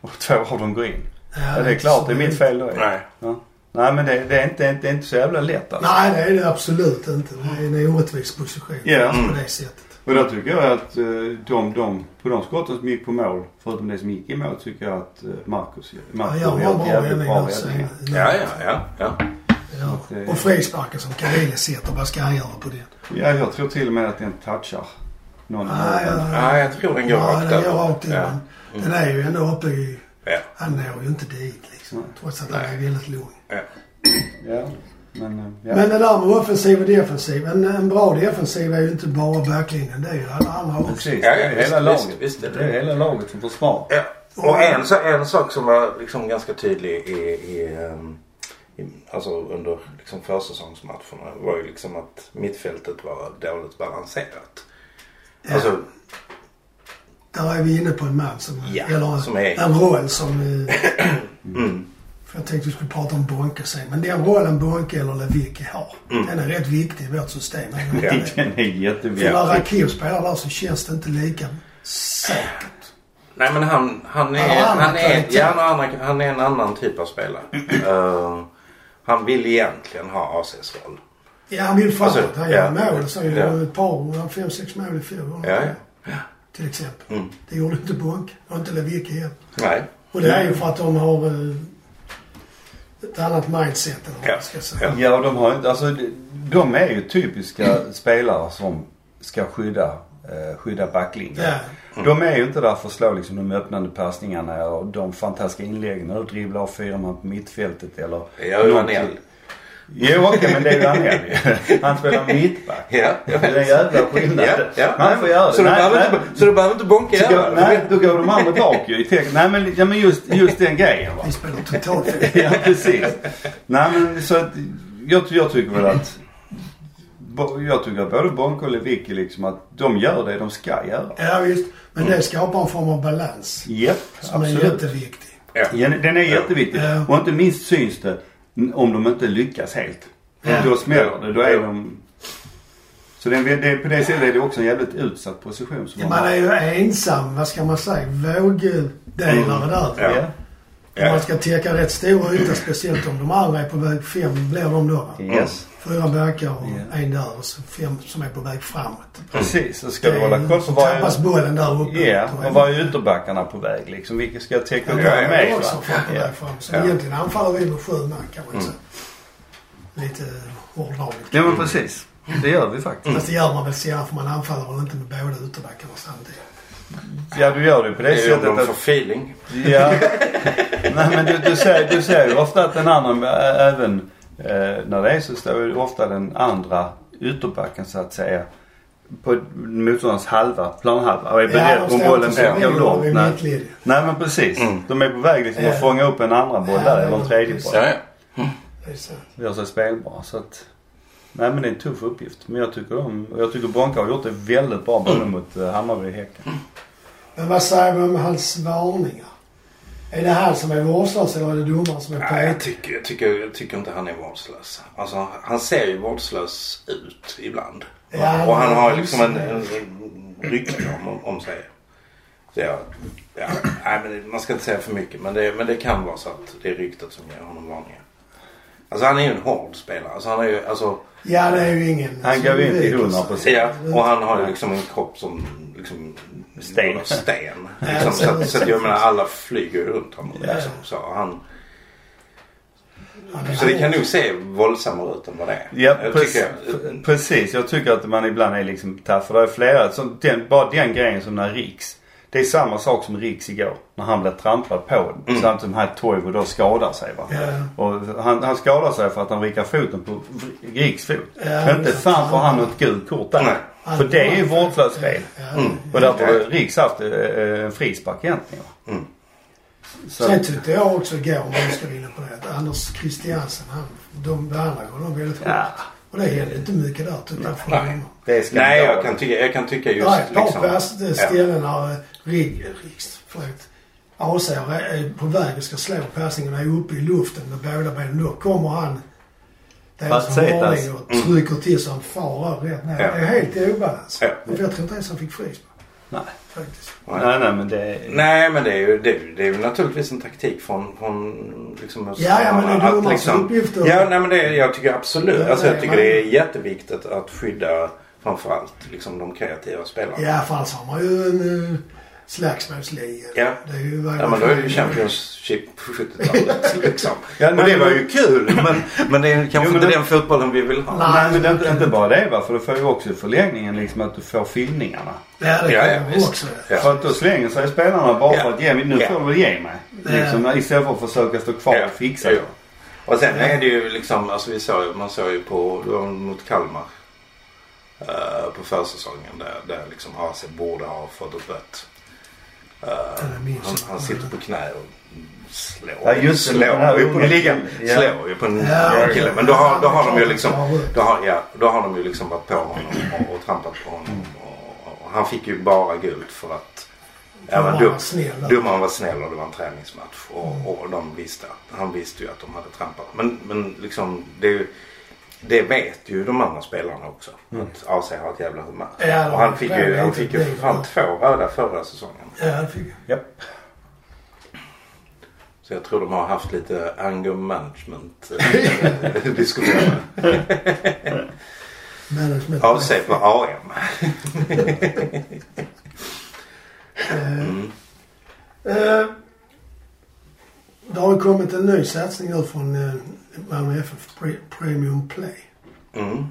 Speaker 3: och två av dem går in. Ja, det är klart det är mitt fel då. ju.
Speaker 2: Nej.
Speaker 3: Ja. Nej men det, det, är inte, det är inte så jävla lätt alltså.
Speaker 1: Nej, det är det absolut inte. Det är en orättvis position
Speaker 3: Ja. Mm.
Speaker 1: på det sättet.
Speaker 3: Och där tycker jag att eh, de, de, på de skotten som gick på mål, förutom det som gick i mål, tycker jag att eh, Marcus,
Speaker 1: Ja,
Speaker 3: Marcus
Speaker 1: jag har bra räddningar. sen.
Speaker 3: räddningar.
Speaker 2: Ja, ja, ja. ja.
Speaker 1: Ja.
Speaker 3: Så att, eh,
Speaker 1: Och frisparken som Karelia sätter, vad ska han göra på den?
Speaker 3: Ja, jag tror till och med att den touchar någon av
Speaker 1: Nej,
Speaker 3: målen.
Speaker 2: Nej, jag tror den går
Speaker 1: ja,
Speaker 2: rakt
Speaker 1: den
Speaker 2: över.
Speaker 1: går rakt in.
Speaker 2: Ja. Mm.
Speaker 1: men Den är ju ändå uppe i...
Speaker 2: Ja.
Speaker 1: Han når ju inte dit liksom. Trots att han är väldigt lång.
Speaker 2: Ja.
Speaker 3: Ja, men, eh, ja.
Speaker 1: Men det där med offensiv och defensiv. En, en bra defensiv är ju inte bara backlinjen. Det är ju alla andra också.
Speaker 3: Precis,
Speaker 2: Ja, ja,
Speaker 3: det är
Speaker 2: visst,
Speaker 3: hela
Speaker 2: visst,
Speaker 3: laget.
Speaker 2: visst, det
Speaker 3: det,
Speaker 2: är det.
Speaker 3: är hela laget som försvar.
Speaker 2: Ja. Och en, så- en sak som var liksom ganska tydlig i, i, ehm, i, alltså under liksom försäsongsmatcherna var ju liksom att mittfältet var dåligt balanserat.
Speaker 1: Ja.
Speaker 2: Alltså,
Speaker 1: Där är vi inne på en man som...
Speaker 2: Ja,
Speaker 1: eller en,
Speaker 2: som är- Mm.
Speaker 1: en roll som... eh,
Speaker 2: [CLEARS THROAT]
Speaker 1: För jag tänkte vi skulle prata om Bonke sen. Men den rollen Bonke eller Lewicki har. Den är rätt viktig i vårt system.
Speaker 2: Mm. Ja.
Speaker 3: Den är
Speaker 1: För när
Speaker 3: jätteviktig.
Speaker 1: Rakiv spelar där så känns det inte lika säkert.
Speaker 2: nej men han, han,
Speaker 1: Han
Speaker 2: är,
Speaker 1: har
Speaker 2: han,
Speaker 1: andra
Speaker 2: är,
Speaker 1: kvaliteter.
Speaker 2: ja, han, har andra, han är en annan typ av spelare. Eh, han vill egentligen ha ACs roll.
Speaker 1: Ja, han vill framåt.
Speaker 2: Alltså,
Speaker 1: han gör
Speaker 2: ja.
Speaker 1: mål. Så han
Speaker 2: Ja.
Speaker 1: gjorde ett par, fem, sex mål i fjol.
Speaker 2: Ja, Mm. ja.
Speaker 1: Till exempel. Det gjorde inte Bonke och inte Lewicki heller.
Speaker 2: Nej.
Speaker 1: Och det är ju för att de har... eh, ett annat mindset än vad
Speaker 2: Ja,
Speaker 1: man ska säga.
Speaker 2: ja.
Speaker 3: Ja, och de har ju inte, alltså de- de är ju typiska spelare som ska skydda, eh, skydda backlinjen.
Speaker 1: Ja.
Speaker 3: De är ju inte där för att slå liksom de öppnande passningarna och de fantastiska inläggen och dribbla av fyra man på mittfältet eller...
Speaker 2: Det är ju
Speaker 3: någonting.
Speaker 2: Anel.
Speaker 3: Jo, okej, men det är ju Anel
Speaker 2: [LAUGHS]
Speaker 3: ju. Han spelar mittback.
Speaker 2: Ja, jag
Speaker 3: Det är en
Speaker 2: vet.
Speaker 3: jävla skillnad.
Speaker 2: Ja, ja.
Speaker 3: Man får göra det.
Speaker 2: Så du
Speaker 3: Nej,
Speaker 2: behöver
Speaker 3: nej.
Speaker 2: inte- så du behöver inte bonka
Speaker 3: Så går,
Speaker 2: över?
Speaker 3: nej, då går de andra bak ju i tecken. Nej, men, ja, men just, just den
Speaker 1: [LAUGHS]
Speaker 3: grejen va.
Speaker 1: Vi spelar totalt
Speaker 3: Ja, precis. Nej, men så att jag, jag tycker väl att bo- jag tycker att både Bonke och Lewicki liksom att de gör det de ska göra.
Speaker 1: Ja visst. Men det skapar en form av balans.
Speaker 3: Japp,
Speaker 1: Som är
Speaker 3: absolut.
Speaker 1: jätteviktig.
Speaker 2: Ja.
Speaker 3: Ja, Den är jätteviktig.
Speaker 1: Ja.
Speaker 3: Och inte minst syns det om de inte lyckas helt.
Speaker 1: Ja.
Speaker 3: Då smäller det. Då
Speaker 2: Ja.
Speaker 3: är de... Så det, det, på det sättet är det också en jävligt utsatt position. Som de
Speaker 1: Man
Speaker 3: har.
Speaker 1: är ju ensam, vad ska man säga, vågdelare där.
Speaker 2: Mm. Ja.
Speaker 3: Ja.
Speaker 1: Om Man ska täcka rätt stora ytor, speciellt om de andra är på väg fem, blir de då. va?
Speaker 3: Yes.
Speaker 1: Fyra backar och
Speaker 3: Ja.
Speaker 1: en där och så fem som är på väg framåt.
Speaker 3: Precis. Så ska du hålla koll på
Speaker 1: Så
Speaker 3: varje...
Speaker 1: tappas bollen där uppe.
Speaker 3: Ja, och var är ytterbackarna på väg liksom? Vilka ska jag täcka upp
Speaker 1: Ja,
Speaker 2: Ja,
Speaker 3: här
Speaker 2: ja,
Speaker 1: det
Speaker 3: med?
Speaker 1: är
Speaker 3: va?
Speaker 1: också fram på
Speaker 3: Ja.
Speaker 1: väg fram. Så
Speaker 2: Ja.
Speaker 1: egentligen anfaller vi med sju man kan man ju säga. Lite hårddraget.
Speaker 3: Ja men precis. Det gör vi faktiskt.
Speaker 1: Fast det gör man väl sällan för man anfaller väl inte med båda ytterbackarna samtidigt.
Speaker 3: Ja du gör det på det
Speaker 2: Det är ju om
Speaker 3: sättet
Speaker 2: de får
Speaker 3: att...
Speaker 2: feeling.
Speaker 3: Ja. [LAUGHS] Nej men du, du, ser, du ser ju ofta att den andra, ä- även eh, när det är så står ju ofta den andra ytterbacken så att säga på motståndarens halva, planhalva och är beredd om bollen
Speaker 1: inte så länge
Speaker 3: går
Speaker 1: de
Speaker 3: långt.
Speaker 1: är
Speaker 3: Nej.
Speaker 1: mittlinje.
Speaker 3: Nej men precis.
Speaker 2: Mm.
Speaker 3: De är på väg liksom
Speaker 1: Ja.
Speaker 3: att fånga upp en andra boll
Speaker 1: Ja,
Speaker 3: där
Speaker 1: ja,
Speaker 3: eller en tredje
Speaker 1: precis.
Speaker 3: boll.
Speaker 2: Ja, ja.
Speaker 1: Det är så.
Speaker 3: gör sig spelbara. Så att, nej men det är en tuff uppgift. Men jag tycker om, och jag tycker Bronka har gjort det väldigt bra
Speaker 1: Mm.
Speaker 3: både mot eh, Hammarby och Häcken.
Speaker 1: Men vad säger vi om hans varningar? Är det han som är vårdslös eller är det domaren som är
Speaker 2: Nej, jag
Speaker 1: petig?
Speaker 2: tycker, jag, tycker, jag tycker inte han är vårdslös. Alltså, han ser ju vårdslös ut ibland.
Speaker 1: Ja,
Speaker 2: och han har ju
Speaker 1: han-
Speaker 2: liksom en, en rykte om, om sig. Så ja, ja, nej, men det- man ska inte säga för mycket men det, men det kan vara så att det är ryktet som ger honom varningar. Alltså han är ju en hård spelare. Alltså, han är ju, alltså,
Speaker 1: Ja, det är ju ingen...
Speaker 3: Han går ju inte i 100%.
Speaker 2: ja, och han har ju liksom en kropp som liksom,
Speaker 3: Sten.
Speaker 2: av sten.
Speaker 1: Ja,
Speaker 2: Liksom, så att, så att jag menar alla flyger ju runt honom.
Speaker 1: Ja.
Speaker 2: Liksom, så, och han,
Speaker 1: Han är-
Speaker 2: så det kan nog se våldsammare ut än vad det är.
Speaker 3: Ja,
Speaker 2: Jag
Speaker 3: precis,
Speaker 2: tycker-
Speaker 3: precis. Jag tycker att man ibland är liksom taff. För det är flera, som den, bara den grejen som när Riks. Det är samma sak som Riks igår. När han blev tramplad på.
Speaker 2: Mm.
Speaker 3: Samtidigt som här Toivo då skadar sig va.
Speaker 1: Ja.
Speaker 3: Och han, han skadar sig för att han vrickar foten på Riks fot.
Speaker 1: Ja,
Speaker 3: Men inte
Speaker 1: men-
Speaker 3: fan får han något gult kort där.
Speaker 1: Nej.
Speaker 3: För det är ju Mm. vårdslöst spel.
Speaker 1: Ja.
Speaker 3: Och därför har Riks haft eh, eh, en frispark egentligen. va?
Speaker 2: Mm.
Speaker 3: Så,
Speaker 1: Sen tyckte jag också igår, om jag ska vinna på det, att Anders Christiansen, han, de behandlar ju honom väldigt hårt.
Speaker 3: ja,
Speaker 1: Och det hände inte mycket där tyckte jag från
Speaker 2: Nej.
Speaker 1: honom.
Speaker 3: det är skandal.
Speaker 2: Nej, jag kan tycka, jag kan tycka
Speaker 1: Det
Speaker 2: just
Speaker 1: var ett par
Speaker 2: liksom...
Speaker 1: liksom, ställen där eh, Rig, Riks, förlåt, AC är är på väg och ska slå passningen och är uppe i luften med båda benen. Då kommer han dels som
Speaker 3: Facetas.
Speaker 1: varning och trycker till så han far över rätt ner.
Speaker 2: mm. Ja.
Speaker 1: Det är helt i obalans.
Speaker 2: Ja.
Speaker 1: För jag tror inte ens han fick frispark
Speaker 3: Nej.
Speaker 1: faktiskt.
Speaker 3: Nej, nej, men det är...
Speaker 2: Nej, men det är, ju, det, är ju, det är ju naturligtvis en taktik från... från liksom,
Speaker 1: Ja, ja, men det är
Speaker 2: att liksom-
Speaker 1: domarens uppgift att-
Speaker 2: Ja, nej, men det, är- jag tycker absolut...
Speaker 1: Ja,
Speaker 2: alltså, jag
Speaker 1: nej,
Speaker 2: tycker
Speaker 1: man-
Speaker 2: det är jätteviktigt att skydda framförallt liksom, de kreativa spelarna.
Speaker 1: I alla fall så har man ju en eh, slagsmålsliga.
Speaker 2: Ja.
Speaker 1: Det är ju
Speaker 2: Ja, men då är det ju Championship på 70-talet [LAUGHS] liksom.
Speaker 3: Ja,
Speaker 2: och
Speaker 3: nej,
Speaker 2: det var
Speaker 3: men-
Speaker 2: ju kul, men, men det är kanske
Speaker 3: Jo, men
Speaker 2: inte
Speaker 3: det-
Speaker 2: den fotbollen vi vill ha.
Speaker 1: Nej.
Speaker 3: Nej, men det är inte, inte bara det va. För du får ju också i förlängningen liksom att du får fyllningarna.
Speaker 1: Ja, det
Speaker 2: Ja,
Speaker 1: kan
Speaker 2: ja,
Speaker 1: man
Speaker 2: visst.
Speaker 1: också.
Speaker 2: Ja.
Speaker 3: För att då slänger sig spelarna bara
Speaker 2: Ja.
Speaker 3: för att ge mig. Nu
Speaker 2: Ja.
Speaker 3: får du väl ge mig. Liksom, istället för att försöka stå kvar
Speaker 2: Ja.
Speaker 3: och fixa
Speaker 2: Ja, ja.
Speaker 3: det.
Speaker 2: Och sen är det ju liksom, alltså vi såg, ju- man såg ju på, det var mot Kalmar eh, på försäsongen där, där liksom AC borde ha fått ett rött. Eh,
Speaker 1: jag minns
Speaker 2: han,
Speaker 1: inte.
Speaker 2: han sitter på knä och slår.
Speaker 3: Ja, just det,
Speaker 2: slår
Speaker 3: den här
Speaker 2: ju på
Speaker 3: unga
Speaker 2: ligan.
Speaker 3: killen. Ja.
Speaker 2: Slår ju på en
Speaker 1: Ja,
Speaker 2: kille. Men då har, då har de ju liksom, då har, ja, då har de ju liksom varit på honom och, och trampat på
Speaker 1: Mm.
Speaker 2: honom. Och, och han fick ju bara gult för att Ja, men
Speaker 1: Domaren
Speaker 2: dum,
Speaker 1: var snäll. Mm.
Speaker 2: domaren var snäll och det var en träningsmatch. Och, och de visste, att- han visste ju att de hade trampat. Men, men liksom, det, är ju- det vet ju de andra spelarna också. Att AC har ett jävla humör.
Speaker 1: Mm. Ja, de
Speaker 2: och han
Speaker 1: har
Speaker 2: fick
Speaker 1: ett
Speaker 2: ju,
Speaker 1: jävla
Speaker 2: han fick ju för
Speaker 1: liv.
Speaker 2: fan två röda förra säsongen.
Speaker 1: Ja, det fick jag.
Speaker 3: Japp.
Speaker 2: Så jag tror de har haft lite anger management
Speaker 1: [LAUGHS]
Speaker 2: eh, diskussioner.
Speaker 1: Management.
Speaker 2: AC på AM.
Speaker 1: Eh, Det har ju kommit en ny satsning nu från eh, Malmö FF, Pre- Premium Play.
Speaker 2: Mm.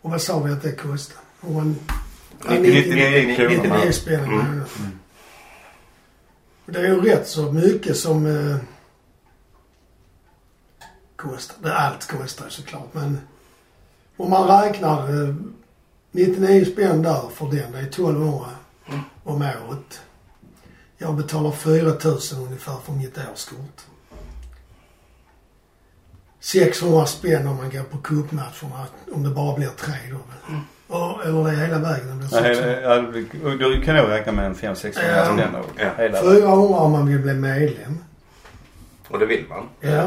Speaker 1: Och vad sa vi att det kostade? Och en,
Speaker 2: 99
Speaker 1: Inte
Speaker 2: kronor.
Speaker 1: det spelet.
Speaker 2: Mm.
Speaker 1: Mm. Det är ju rätt så mycket som eh, kostar. Det- Allt kostar ju såklart men om man räknar eh, 99 spänn där för den. Det är 1200 om året. Jag betalar 4000 ungefär för mitt årskort. 600 spänn om man går på cupmatcherna. Om det bara blir tre då. väl. Och, eller det är hela vägen. Mm. Det blir
Speaker 3: Nej, eh,
Speaker 1: 600.
Speaker 3: ja, du kan nog räkna med en 500-600
Speaker 1: Ja.
Speaker 3: spänn då.
Speaker 2: Ja.
Speaker 3: Hela.
Speaker 1: 400 om man vill bli medlem.
Speaker 2: Och det vill man.
Speaker 1: Ja.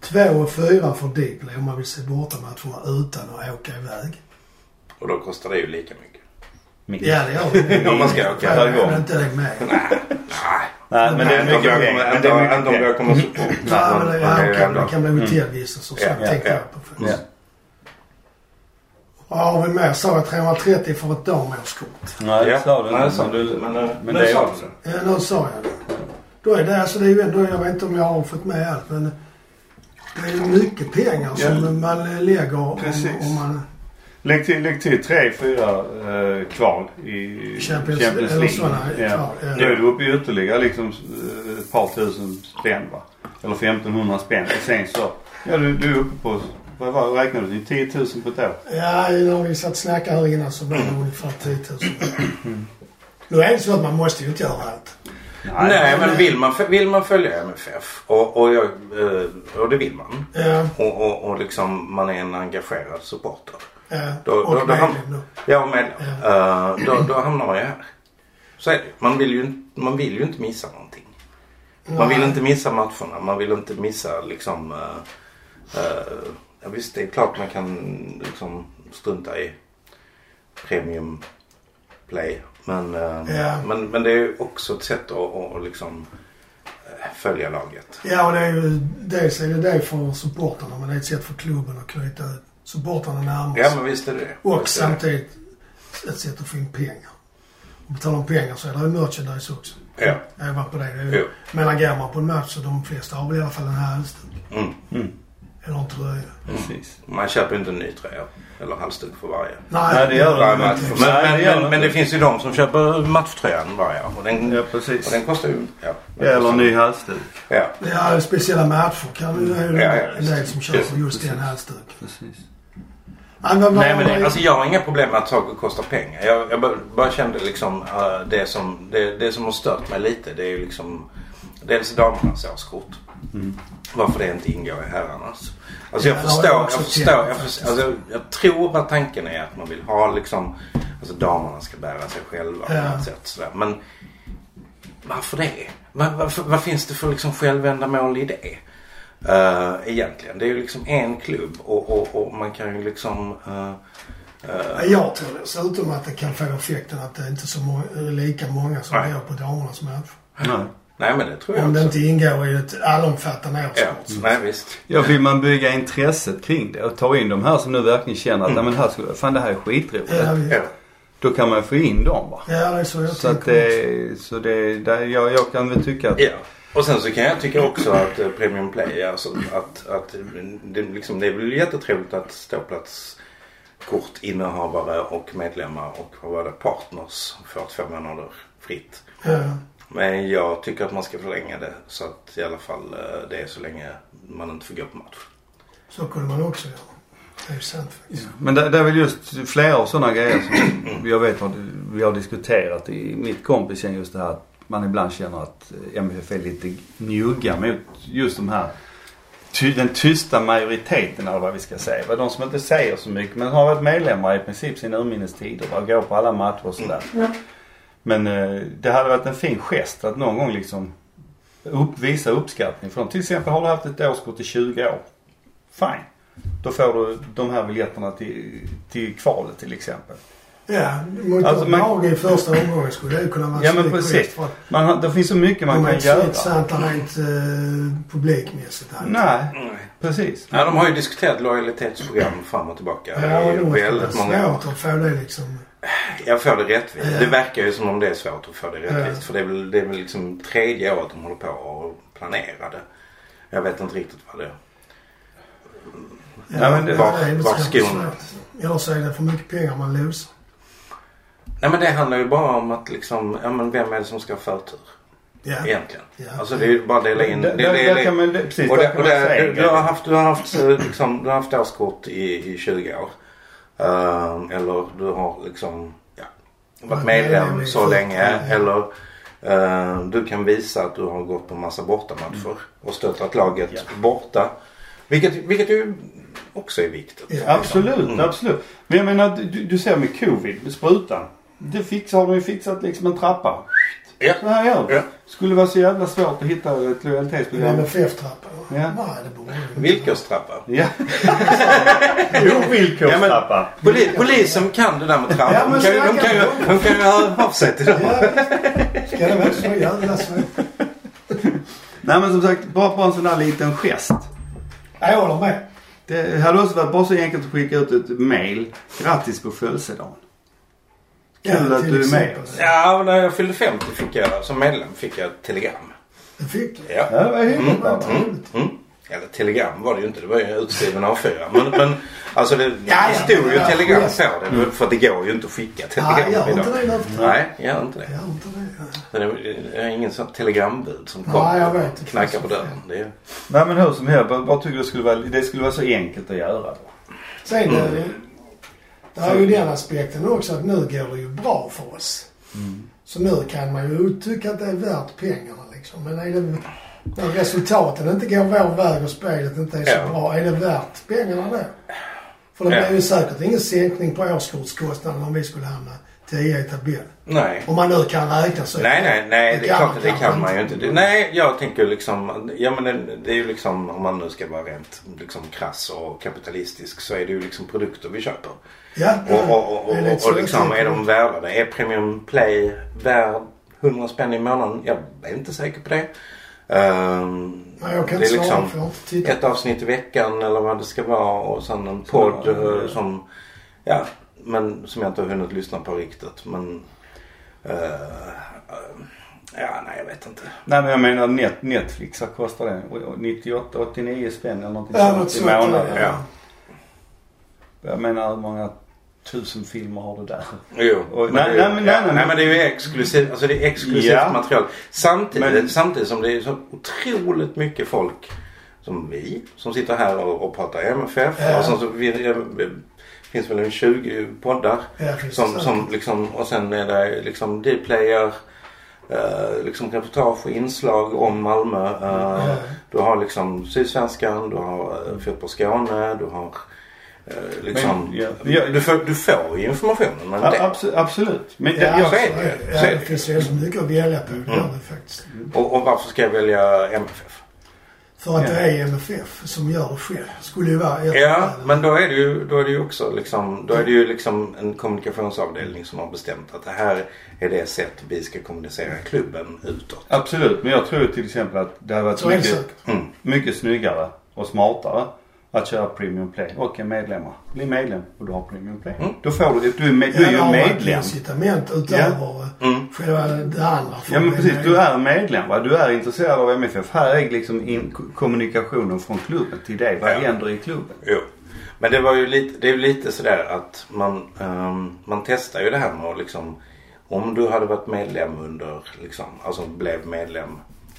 Speaker 1: 2 och 4 för Diplo om man vill se bortamatcherna utan att åka iväg.
Speaker 2: Och då kostar det ju lika mycket.
Speaker 3: Mitt.
Speaker 1: Ja, det gör det.
Speaker 2: [LAUGHS] Om man ska åka
Speaker 3: varje
Speaker 1: Jag
Speaker 3: gång.
Speaker 1: vill inte det med.
Speaker 2: Nej.
Speaker 3: Nej, men det är
Speaker 2: Ändå
Speaker 3: mycket
Speaker 2: börjar
Speaker 3: pengar.
Speaker 2: komma-
Speaker 3: Men det är
Speaker 2: ändå-
Speaker 3: mycket
Speaker 2: ändå börjar
Speaker 3: pengar.
Speaker 2: komma så fort.
Speaker 1: Ja, men det,
Speaker 2: Men det
Speaker 1: han
Speaker 2: är
Speaker 1: kan,
Speaker 2: ändå- Mm.
Speaker 1: det kan bli hotellvistelse och
Speaker 2: Ja,
Speaker 1: sånt
Speaker 2: ja,
Speaker 1: tänker
Speaker 2: ja.
Speaker 1: jag på först.
Speaker 3: Ja.
Speaker 1: Vad har vi mer? Sa jag 330 för ett damårskort?
Speaker 3: Nej, det sa du
Speaker 2: Nej, det
Speaker 3: inte.
Speaker 2: sa
Speaker 3: Men du-
Speaker 2: Men, eh,
Speaker 3: men
Speaker 2: nu
Speaker 3: det är
Speaker 2: sa
Speaker 3: också.
Speaker 2: du
Speaker 1: Ja, nu sa jag det. Då är det, alltså det är ju ändå, jag vet inte om jag har fått med allt men det är ju mycket pengar som
Speaker 4: Ja.
Speaker 1: man lägger om,
Speaker 4: Precis.
Speaker 1: om man...
Speaker 4: Lägg till, lägg till tre, fyra eh, kval i
Speaker 1: Champions-
Speaker 4: Champions,
Speaker 1: eller
Speaker 4: League.
Speaker 1: sådana kval, ja.
Speaker 4: Då är du uppe i ytterligare liksom, eh, ett par tusen spänn va? Eller 1500 spänn. Och sen så, ja du, du är uppe på, vad var räknade du? 10 000 på ett år?
Speaker 1: Ja, när vi satt och snackade här innan så var det ungefär 10 000. Nu är det så att man måste ju inte göra allt.
Speaker 2: Nej, men vill man, vill man följa MFF och, och, jag, eh, och det vill man.
Speaker 1: Ja,
Speaker 2: Och, och, och liksom man är en engagerad supporter.
Speaker 1: ja.
Speaker 2: Då,
Speaker 1: och
Speaker 2: då, då, ham-
Speaker 1: medlem då.
Speaker 2: ja, medlem. Eh, då, då hamnar man ju här. Så är det ju. man vill ju. inte- Man vill ju inte missa någonting. Man vill
Speaker 1: Nej.
Speaker 2: inte missa matcherna. Man vill inte missa liksom... eh, eh, ja, visst, det är klart man kan liksom strunta i premium play. Men, eh,
Speaker 1: Ja.
Speaker 2: men, men det är ju också ett sätt att, att, att liksom eh, följa laget.
Speaker 1: Ja, och det är ju dels är det det för supportrarna men det är ett sätt för klubben att knyta supportrarna närmare
Speaker 2: Ja,
Speaker 1: sig.
Speaker 2: men visst är det det.
Speaker 1: Och
Speaker 2: Visst är det det.
Speaker 1: samtidigt ett sätt att få in pengar. Och betala om pengar så är det ju merchandise också.
Speaker 2: Ja.
Speaker 1: Jag har varit på det. det är
Speaker 2: Jo.
Speaker 1: ju, menar, går man på en match så de flesta har väl i alla fall en halsduk.
Speaker 2: Mm.
Speaker 1: Eller en tröja.
Speaker 3: Precis.
Speaker 2: Man köper inte en ny tröja eller halsduk för varje.
Speaker 3: Nej, det gör
Speaker 2: varje
Speaker 3: det
Speaker 2: match.
Speaker 3: inte.
Speaker 2: Men,
Speaker 3: Nej, det
Speaker 2: men,
Speaker 3: gör
Speaker 2: men,
Speaker 3: det
Speaker 2: men det
Speaker 3: inte.
Speaker 2: finns ju de som köper matchtröjan varje. Och den,
Speaker 4: Ja
Speaker 2: och
Speaker 4: precis.
Speaker 2: den kostar ju... Ja, den
Speaker 4: Eller en
Speaker 2: kostar-
Speaker 4: ny halsduk.
Speaker 2: Ja.
Speaker 1: Ja, speciella matcher kan det är ju
Speaker 2: Mm. Ja, ja,
Speaker 1: en del som kör
Speaker 2: just-
Speaker 1: på just den halsduken.
Speaker 4: Precis.
Speaker 1: Nej, men,
Speaker 2: Nej men det, alltså jag har inga problem med att saker kostar pengar. Jag, jag bara, bara kände liksom eh, det, som, det, det som har stört mig lite det är ju liksom dels damernas årskort. Varför det inte ingår i herrarnas. Alltså jag
Speaker 1: Ja,
Speaker 2: förstår,
Speaker 1: jag
Speaker 2: jag förstår,
Speaker 1: accepterar
Speaker 2: jag,
Speaker 1: det
Speaker 2: förstår
Speaker 1: faktiskt.
Speaker 2: alltså, jag tror att tanken är att man vill ha liksom, alltså damerna ska bära sig själva på
Speaker 1: Ja.
Speaker 2: något sätt sådär. Men varför det? Vad, vad, vad finns det för liksom självändamål i det? Eh, egentligen. Det är ju liksom en klubb och, och, och man kan ju liksom... eh,
Speaker 1: Ja, jag tror dessutom att det kan få effekten att det inte är så må- lika många som
Speaker 2: Nej.
Speaker 1: går på damernas match.
Speaker 4: Nej.
Speaker 2: nej men det tror jag
Speaker 1: Om det
Speaker 2: också.
Speaker 1: inte ingår i ett allomfattande
Speaker 2: Ja,
Speaker 1: årskort.
Speaker 2: nej visst.
Speaker 3: Ja, vill man bygga intresset kring det och ta in de här som nu verkligen känner
Speaker 4: Mm.
Speaker 3: att nej men här skulle, fan det här är skitroligt.
Speaker 1: Ja, vi-
Speaker 2: Ja.
Speaker 3: Då kan man få in dem va.
Speaker 1: ja, det är så jag
Speaker 3: Så att
Speaker 1: tänker också.
Speaker 3: det, så det, där, jag, jag kan väl tycka att
Speaker 2: Ja. Och sen så kan jag tycka också att eh, Premium Play, alltså att, att det, liksom, det är väl jättetrevligt att ståplatskortinnehavare och medlemmar och vad var det, partners får två månader fritt.
Speaker 1: Ja.
Speaker 2: Men jag tycker att man ska förlänga det så att i alla fall eh, det är så länge man inte får gå på match.
Speaker 1: Så kunde man också göra. Det är ju sant faktiskt.
Speaker 3: Men det, det är väl just flera av sådana grejer som jag vet att vi har diskuterat i mitt kompisgäng just det här att man ibland känner att MFF är lite njugga mot just de här ty, den tysta majoriteten eller vad vi ska säga. Va, De som inte säger så mycket men har varit medlemmar i princip sina urminnes tider och går på alla matcher och sådär. Men eh, det hade varit en fin gest att någon gång liksom upp, visa uppskattning för dem. Till exempel har du haft ett årskort i 20 år. Fine. Då får du de här biljetterna till, till kvalet till exempel.
Speaker 1: Ja, mot
Speaker 3: Alltså, man-
Speaker 1: Norge i första omgången skulle Alltså, det ju kunna vara
Speaker 3: Ja,
Speaker 1: en
Speaker 3: men
Speaker 1: snygg
Speaker 3: precis.
Speaker 1: gest för att
Speaker 3: Man, har- det finns så mycket man
Speaker 1: de är
Speaker 3: kan
Speaker 1: inte så
Speaker 3: göra.
Speaker 1: intressanta rent eh, publikmässigt. här.
Speaker 3: Nej,
Speaker 2: Nej.
Speaker 3: precis.
Speaker 2: Nej, de har ju diskuterat lojalitetsprogram fram och tillbaka.
Speaker 1: Ja,
Speaker 2: i
Speaker 1: det måste vara
Speaker 2: väldigt många år.
Speaker 1: svårt att få det liksom.
Speaker 2: Jag får det rättvist.
Speaker 1: Ja.
Speaker 2: Det verkar ju som om det är svårt att få det rättvist.
Speaker 1: Ja.
Speaker 2: För det är, väl, det är väl liksom tredje året de håller på och planerar det. Jag vet inte riktigt vad det
Speaker 3: Ja, men det-
Speaker 2: var-
Speaker 1: är väl
Speaker 2: var
Speaker 1: svårt.
Speaker 2: skon?
Speaker 1: Eller så är det för mycket pengar man losar.
Speaker 2: Nej men det handlar ju bara om att liksom, ja men vem är det som ska ha förtur
Speaker 1: Ja.
Speaker 2: egentligen?
Speaker 1: Ja.
Speaker 2: Alltså det är ju bara att dela in.
Speaker 3: Där-
Speaker 2: dela-
Speaker 3: där-
Speaker 2: dela
Speaker 3: där
Speaker 2: in.
Speaker 3: kan man- det- precis,
Speaker 2: Och
Speaker 3: där
Speaker 2: det,
Speaker 3: kan
Speaker 2: och
Speaker 3: man
Speaker 2: det,
Speaker 3: säga
Speaker 2: du, du, har haft, du, har haft, eh, liksom, du har haft årskort i, i 20 år. Ehm, eller du har liksom ja, varit
Speaker 1: Varit medlem
Speaker 2: medlem
Speaker 1: i
Speaker 2: så
Speaker 1: 40,
Speaker 2: länge.
Speaker 1: ja.
Speaker 2: Eller ehm, du kan visa att du har gått på massa bortamatcher och stöttat laget
Speaker 3: Ja.
Speaker 2: borta. Vilket, vilket ju också är viktigt.
Speaker 1: Ja.
Speaker 4: Absolut,
Speaker 2: Mm.
Speaker 4: absolut. Men jag menar, du, du ser med covid, med sprutan. Det fixar, har de ju fixat liksom en trappa.
Speaker 2: Ja.
Speaker 4: Så här gör
Speaker 2: Ja.
Speaker 4: det. Skulle vara så jävla svårt att hitta ett
Speaker 1: Det är
Speaker 4: lojalitetsprogram.
Speaker 1: en FF-trappa va?
Speaker 4: Ja.
Speaker 1: Nej, det borde det inte.
Speaker 2: Villkorstrappa.
Speaker 4: Ja.
Speaker 2: [LAUGHS] Ja, men,
Speaker 4: Ovillkorstrappa.
Speaker 2: poli, polisen kan det där med trappor.
Speaker 1: Ja, men
Speaker 2: de, kan, ju- de,
Speaker 1: snacka
Speaker 2: kan, ju- de kan ju höra av sig till dem.
Speaker 1: Ja, Ska det vara så jävla svårt?
Speaker 4: Nej men som sagt, bara på en sån där liten gest.
Speaker 1: Ja, Jag håller med.
Speaker 4: Det hade också varit bara så enkelt att skicka ut ett mail. Grattis på födelsedagen.
Speaker 1: Ja,
Speaker 4: Kul att
Speaker 1: till
Speaker 4: du är
Speaker 3: eh,
Speaker 4: med.
Speaker 1: exempel.
Speaker 2: Ja, och när jag fyllde 50 fick jag, som medlem fick jag ett telegram.
Speaker 1: Det fick du.
Speaker 2: Ja.
Speaker 3: Ja, hm? det var hyggligt.
Speaker 1: Det var trevligt.
Speaker 2: Mm. Eller telegram var det ju inte. Det var ju en utskriven A4. Men, men alltså det
Speaker 1: ja.
Speaker 2: det stod ju
Speaker 1: Ja,
Speaker 2: telegram
Speaker 1: yes. Mm.
Speaker 2: på den. För det går ju inte att skicka telegram
Speaker 1: Nej, gör
Speaker 2: idag.
Speaker 1: inte det nu för tiden.
Speaker 2: Nej, gör inte det.
Speaker 1: Gör inte det.
Speaker 2: Det är- det är ingen sån telegrambud som
Speaker 1: Nej,
Speaker 2: kommer
Speaker 1: jag vet.
Speaker 2: och knackar på dörren. Det är,
Speaker 3: Nej men hur som helst, jag bara tycker det skulle vara, det skulle vara så enkelt att göra. Då.
Speaker 1: Sen
Speaker 2: Mm.
Speaker 1: är det, det är ju den aspekten också att nu går det ju bra för oss.
Speaker 2: Mm.
Speaker 1: Så nu kan man ju tycka att det är värt pengarna liksom. Men är det, när resultaten inte går vår väg och spelet inte är så
Speaker 2: Ja.
Speaker 1: bra, är det värt pengarna då? För det
Speaker 2: Ja.
Speaker 1: blir ju säkert ingen sänkning på årskortskostnaden om vi skulle hamna 10 i tabellen.
Speaker 2: nej.
Speaker 1: Om man nu kan räkna så.
Speaker 2: Nej, nej, nej. Det, är klart, att det
Speaker 1: kanske
Speaker 2: kan man ju inte. Det, nej, jag tänker liksom... Ja, men det, det är ju liksom, om man nu ska vara rent liksom, krass och kapitalistisk så är det ju liksom produkter vi köper.
Speaker 1: Ja,
Speaker 2: Och, och, och, och,
Speaker 1: det är lite
Speaker 2: och,
Speaker 1: så jag
Speaker 2: liksom
Speaker 1: tänker.
Speaker 2: är de värda det? Är Premium Play värd 100 spänn i månaden? Jag är inte säker på det. Ehm,
Speaker 1: Nej, jag kan inte
Speaker 2: det är
Speaker 1: svara
Speaker 2: liksom
Speaker 1: för jag har inte tittat.
Speaker 2: ett avsnitt i veckan eller vad det ska vara och sen en podd
Speaker 3: Som bara-
Speaker 2: eh, som, ja, men, som jag inte har hunnit lyssna på riktigt. Men, eh, ja, nej jag vet inte.
Speaker 3: Nej men jag menar net, Netflix, vad kostar det? Och- och 98, 89 spänn eller någonting
Speaker 1: Ja,
Speaker 3: sånt
Speaker 1: något
Speaker 3: i
Speaker 1: sånt. Ja.
Speaker 3: månaden. Jag menar hur många tusen filmer har du där?
Speaker 2: Jo,
Speaker 3: Och-
Speaker 2: men
Speaker 3: nej,
Speaker 2: det är ju-
Speaker 3: nej, men nej,
Speaker 2: ja,
Speaker 3: nej,
Speaker 2: nej,
Speaker 3: men-
Speaker 2: men det är ju exklusivt, alltså det är exklusivt
Speaker 3: Ja.
Speaker 2: material. Samtidigt,
Speaker 3: Men-
Speaker 2: samtidigt som det är så otroligt mycket folk som vi som sitter här och, och pratar MFF.
Speaker 1: Ja.
Speaker 2: Och sen så vi, eh, finns väl en 20 poddar.
Speaker 1: Ja, precis.
Speaker 2: som, som liksom, och sen är det liksom D-player, eh, liksom reportage och inslag om Malmö. Eh,
Speaker 1: Ja.
Speaker 2: Du har liksom Sydsvenskan, du har eh, Fotboll Skåne, du har eh, liksom...
Speaker 3: Men, ja, ja.
Speaker 2: Du, får, du får ju informationen men
Speaker 4: A-
Speaker 2: det.
Speaker 4: abso- absolut. Men det,
Speaker 1: Ja,
Speaker 4: jag,
Speaker 2: så är det ju.
Speaker 1: alltså, Ja,
Speaker 2: Så är
Speaker 1: det
Speaker 2: det.
Speaker 1: finns ju så mycket att välja på. Det gör det faktiskt.
Speaker 2: Och, och varför ska jag välja MFF?
Speaker 1: För att
Speaker 3: Ja.
Speaker 1: det är MFF som gör det själv. Skulle ju vara ett
Speaker 2: Ja,
Speaker 1: skäl.
Speaker 2: men då är det ju, då är det ju också liksom, då är det ju liksom en kommunikationsavdelning som har bestämt att det här är det sätt vi ska kommunicera klubben utåt.
Speaker 3: Absolut, men jag tror till exempel att det hade varit
Speaker 1: Så är det
Speaker 3: mycket,
Speaker 1: säkert.
Speaker 2: Mm.
Speaker 3: mycket snyggare och smartare att köra Premium Play. Okej medlemmar, bli medlem och du har Premium Play.
Speaker 2: Mm.
Speaker 3: Då får du, du är, med, du är
Speaker 1: Ja, det
Speaker 3: ju
Speaker 1: har varit
Speaker 3: medlem.
Speaker 1: incitament utöver eh,
Speaker 2: Mm.
Speaker 1: själva det andra.
Speaker 3: Ja men precis, du är medlem va? Du är intresserad av MFF. Här är liksom in, kommunikationen från klubben till dig. Vad
Speaker 2: Ja.
Speaker 3: händer i klubben?
Speaker 2: Jo. Men det var ju lite, det är ju lite sådär att man, ehm, man testar ju det här med att liksom om du hade varit medlem under, liksom, alltså blev medlem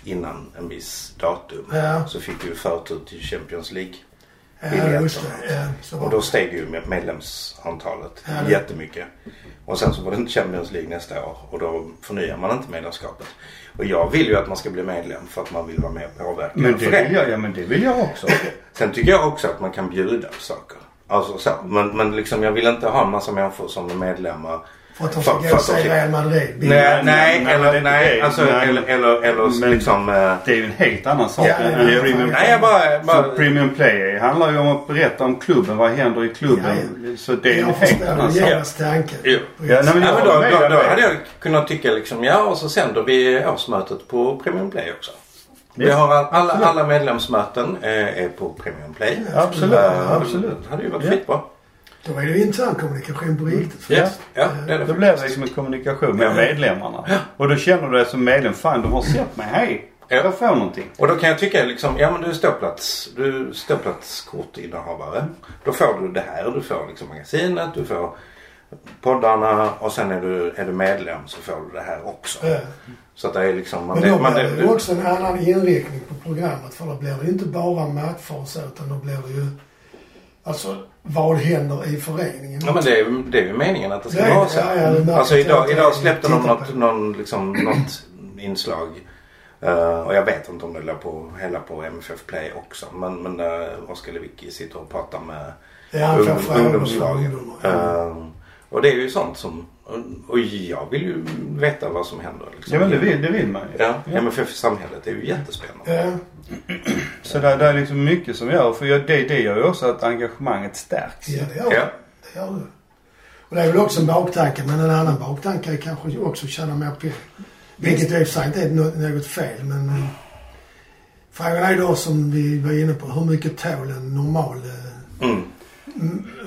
Speaker 2: innan en viss datum
Speaker 1: Ja.
Speaker 2: så fick du ju förtur till Champions League.
Speaker 1: Ja, just det. Ja, så var
Speaker 2: Och då steg ju med- medlemsantalet
Speaker 1: Ja.
Speaker 2: jättemycket. Och sen så var det inte Champions League nästa år och då förnyar man inte medlemskapet. Och jag vill ju att man ska bli medlem för att man vill vara med och påverka.
Speaker 3: Men det
Speaker 2: För det-
Speaker 3: vill jag, ja men det vill jag också.
Speaker 2: Sen tycker jag också att man kan bjuda på saker. Alltså så. Men, men liksom, jag vill inte ha en massa människor som är medlemmar
Speaker 1: För att de
Speaker 2: För-
Speaker 1: fick gå
Speaker 2: för
Speaker 1: och
Speaker 2: att de
Speaker 1: se
Speaker 2: fick-
Speaker 1: Real Madrid.
Speaker 2: Nej,
Speaker 4: Nej,
Speaker 2: nej,
Speaker 4: nej,
Speaker 2: eller
Speaker 4: det-
Speaker 2: nej.
Speaker 4: det-
Speaker 2: Alltså,
Speaker 4: nej.
Speaker 2: eller, eller, eller s-
Speaker 4: Men-
Speaker 2: liksom... eh,
Speaker 4: Det är ju en helt annan sak
Speaker 1: Ja,
Speaker 4: än
Speaker 1: ja,
Speaker 4: en
Speaker 1: ja.
Speaker 4: premium
Speaker 1: Nej,
Speaker 2: Nej, jag bara...
Speaker 4: För
Speaker 2: bara
Speaker 4: Premium Play handlar ju om att berätta om klubben. Vad händer i klubben?
Speaker 1: Ja,
Speaker 4: Så det är en
Speaker 1: jag
Speaker 4: helt
Speaker 1: förstår
Speaker 4: annan sak.
Speaker 1: Jonas tanke.
Speaker 2: Jo.
Speaker 1: På
Speaker 3: Ja, nej, men
Speaker 2: Ja,
Speaker 3: jag
Speaker 2: men då,
Speaker 3: håller med,
Speaker 2: då,
Speaker 3: jag
Speaker 2: då
Speaker 3: med.
Speaker 2: hade jag kunnat tycka liksom, ja och så sänder vi årsmötet på Premium Play också. Vi
Speaker 3: Yes.
Speaker 2: har all, alla, alla medlemsmöten eh, är på Premium Play.
Speaker 1: Ja,
Speaker 3: Absolut,
Speaker 2: Eh,
Speaker 3: absolut.
Speaker 2: Det hade ju varit
Speaker 3: Ja.
Speaker 2: skitbra.
Speaker 1: Då är det ju intern kommunikation på riktigt.
Speaker 2: Ja, ja, det är
Speaker 1: Eh,
Speaker 2: det.
Speaker 4: Då blir det liksom en kommunikation med medlemmarna. Och då känner du dig som medlem. Fan, de har sett mig. Hej!
Speaker 2: Ja.
Speaker 4: Jag får någonting.
Speaker 2: Och då kan jag tycka liksom, ja men du är ståplats, du är ståplatskortinnehavare. Då får du det här, du får liksom magasinet, du får poddarna och sen är du, är du medlem så får du det här också.
Speaker 1: eh,
Speaker 2: Så att det är liksom... Man,
Speaker 1: Men då
Speaker 2: man,
Speaker 1: blir det ju också en annan inriktning på programmet. För då blir det ju inte bara matcher och så utan då blir det ju... Alltså, vad händer i föreningen?
Speaker 2: Ja men det är, ju- det är ju meningen att det ska
Speaker 1: Nej,
Speaker 2: vara så.
Speaker 1: ja, ja, det märker
Speaker 2: alltså
Speaker 1: jag att
Speaker 2: idag,
Speaker 1: jag
Speaker 2: idag släppte de
Speaker 1: tittar på
Speaker 2: något,
Speaker 1: det.
Speaker 2: någon, liksom, något inslag. Eh, och jag vet inte om det låg på hela på MFF Play också. Men, men uh, Oskar Lewicki sitter och pratar med
Speaker 1: Det är han får
Speaker 2: ung-
Speaker 1: frågor från
Speaker 2: ungdomslagen.
Speaker 1: ungdomar.
Speaker 2: Eh, och det är ju sånt som... Och jag vill ju veta vad som händer. Liksom.
Speaker 4: Ja, men det vill, det vill man ju.
Speaker 2: Ja, MFF i samhället är ju jättespännande.
Speaker 1: Ja,
Speaker 4: Så där, där är liksom mycket som gör. För jag- det, det gör ju också att engagemanget stärks.
Speaker 1: ja, det gör
Speaker 2: Ja.
Speaker 1: det. Det gör det. Och det är väl också en baktanke. Men en annan baktanke är kanske också att tjäna mer pengar. Vilket i och för sig inte är nå- något fel men... eh, Frågan är då som vi var inne på. Hur mycket tål en normal, eh,
Speaker 2: Mm.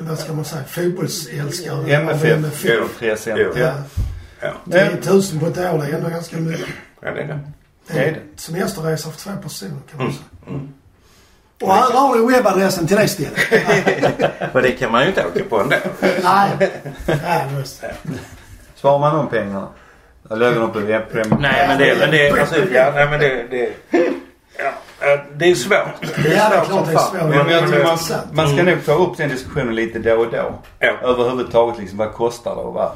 Speaker 1: vad ska man säga, fotbollsälskare av
Speaker 4: MFF,
Speaker 2: Ja.
Speaker 4: intressen.
Speaker 2: Ja.
Speaker 1: Ja.
Speaker 2: Ja.
Speaker 1: 10 000 på ett år, det är ändå ganska mycket. Eh,
Speaker 2: ja, det är det.
Speaker 4: Det är det.
Speaker 1: Semesterresa för två personer kan man säga.
Speaker 2: Mm.
Speaker 1: Och här har ni webbadressen till det stället.
Speaker 2: Men det kan man ju inte åka på ändå.
Speaker 1: [LAUGHS] Nej. Nej, just det.
Speaker 3: Sparar man de pengarna? Eller lägger de på Premium
Speaker 2: Nej men det, men det, alltså, ja, nej, men det, det, ja, eh, det är svårt. Det
Speaker 1: Ja, det är klart
Speaker 2: svårt som
Speaker 1: det är
Speaker 2: fan.
Speaker 1: svårt.
Speaker 4: Men jag
Speaker 1: Men
Speaker 4: tror
Speaker 1: det är
Speaker 4: man,
Speaker 1: intressant.
Speaker 4: man ska nog ta upp den diskussionen lite då och då.
Speaker 2: Mm. Ja.
Speaker 4: Överhuvudtaget liksom, vad kostar det att vara?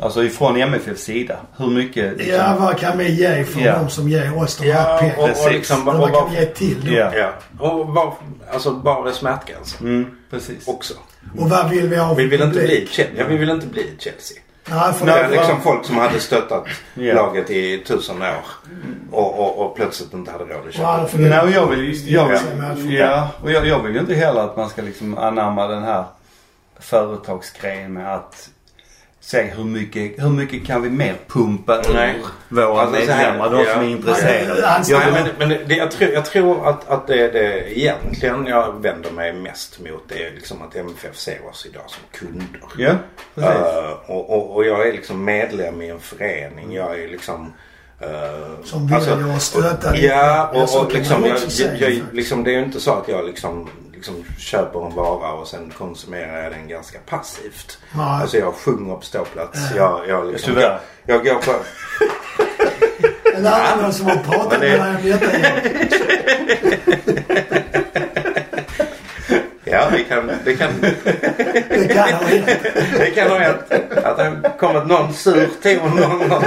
Speaker 4: Alltså ifrån MFFs sida. Hur mycket? Liksom,
Speaker 1: Ja, vad kan vi ge för
Speaker 4: Ja.
Speaker 1: de som ger oss de här
Speaker 2: Ja, och,
Speaker 1: pengarna?
Speaker 2: och liksom
Speaker 1: Men
Speaker 2: och,
Speaker 1: vad kan
Speaker 2: var,
Speaker 1: vi ge till dem?
Speaker 4: Ja.
Speaker 2: ja. och var, alltså var är smärtgränsen
Speaker 4: Mm, precis.
Speaker 2: också?
Speaker 1: Och vad vill vi ha för
Speaker 2: Vi vill inte
Speaker 1: publik?
Speaker 2: bli Chelsea. Ja, vi vill inte bli Chelsea.
Speaker 1: Nej, för
Speaker 2: Det är
Speaker 1: Nej,
Speaker 2: liksom folk som hade stöttat
Speaker 4: Ja.
Speaker 2: laget i tusen år och, och, och plötsligt inte hade råd att köpa.
Speaker 1: för
Speaker 4: Nej, och jag vill, Mm. jag
Speaker 1: Ja.
Speaker 4: vill, ja, och jag, jag vill ju inte heller att man ska liksom anamma den här företagsgrejen med att se hur mycket, hur mycket kan vi mer pumpa ur
Speaker 2: Nej.
Speaker 3: Våra
Speaker 2: Alltså, så här,
Speaker 3: medlemmar, de som är
Speaker 2: ja.
Speaker 3: intresserade.
Speaker 1: Anställ-
Speaker 2: Ja, men, men det, jag tror, jag tror att, att det, det egentligen jag vänder mig mest mot det är liksom att MFF ser oss idag som kunder.
Speaker 4: Ja, precis.
Speaker 2: Eh, och, och, och jag är liksom medlem i en förening. Jag är liksom... eh,
Speaker 1: Som vill jag stötta.
Speaker 2: Ja, och,
Speaker 1: Ja,
Speaker 2: och,
Speaker 1: så kan
Speaker 2: liksom,
Speaker 1: man
Speaker 2: jag,
Speaker 1: också säga,
Speaker 2: jag, jag,
Speaker 1: faktiskt.
Speaker 2: liksom, det är ju inte så att jag liksom, liksom köper en vara och sen konsumerar jag den ganska passivt.
Speaker 1: Nej.
Speaker 2: Alltså jag sjunger på ståplats. Jag, jag, liksom, jag,
Speaker 4: Tyvärr.
Speaker 2: jag går på...
Speaker 1: En annan som har pratat med
Speaker 2: Men det-
Speaker 1: dig om detta Jan.
Speaker 2: Ja, det kan, det kan,
Speaker 1: Det kan han inte.
Speaker 2: Det kan ha hänt att det har kommit någon sur ton någon gång.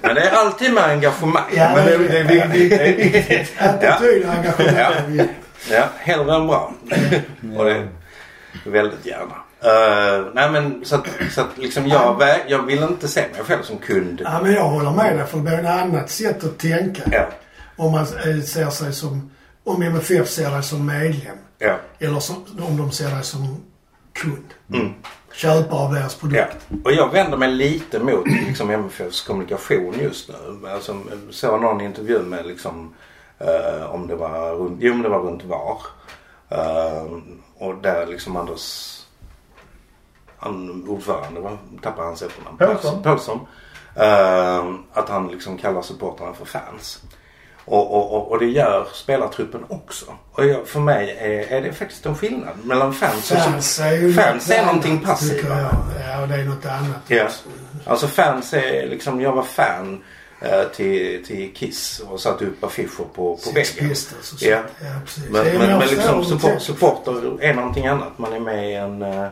Speaker 2: Men det är alltid med engagemang.
Speaker 1: Ja,
Speaker 4: Men det, det, det, det, det är viktigt.
Speaker 1: Attityd och engagemang. Ja.
Speaker 2: Ja, hellre än bra. Och det väldigt gärna. Eh, nej men så att, så att liksom jag, vä- jag vill inte se mig själv som kund.
Speaker 1: men jag håller med dig för det blir ett annat sätt att tänka.
Speaker 2: Ja,
Speaker 1: Om man eh, ser sig som, om MFF ser dig som medlem.
Speaker 2: ja,
Speaker 1: Eller som, om de ser dig som kund.
Speaker 2: Mm.
Speaker 1: Köpare av deras produkt.
Speaker 2: ja. Och jag vänder mig lite mot liksom, MFFs kommunikation just nu. Alltså, såg någon intervju med liksom, eh, om det var runt, jo men det var runt VAR. Eh, och där liksom Anders han, ordförande, va? tappar hans efternamn.
Speaker 4: Paulsson.
Speaker 2: Paulsson. Eh, att han liksom kallar supportrarna för fans. Och, och, och, och det gör spelartruppen också. Och jag, för mig är, är det faktiskt en skillnad mellan fans och
Speaker 1: Fans är ju
Speaker 2: fans
Speaker 1: något
Speaker 2: är någonting
Speaker 1: annat, tycker
Speaker 2: passivt.
Speaker 1: jag. Ja, och det är något annat.
Speaker 2: Ja. Alltså fans är liksom, jag var fan eh, till, till Kiss och satte upp affischer på, på
Speaker 1: Sex
Speaker 2: väggen.
Speaker 1: Pistols och så.
Speaker 2: Ja.
Speaker 1: ja, precis.
Speaker 2: Men,
Speaker 1: Det är
Speaker 2: men, men
Speaker 1: något
Speaker 2: liksom
Speaker 1: annat.
Speaker 2: support, supporter är någonting annat. Man är med i en... eh,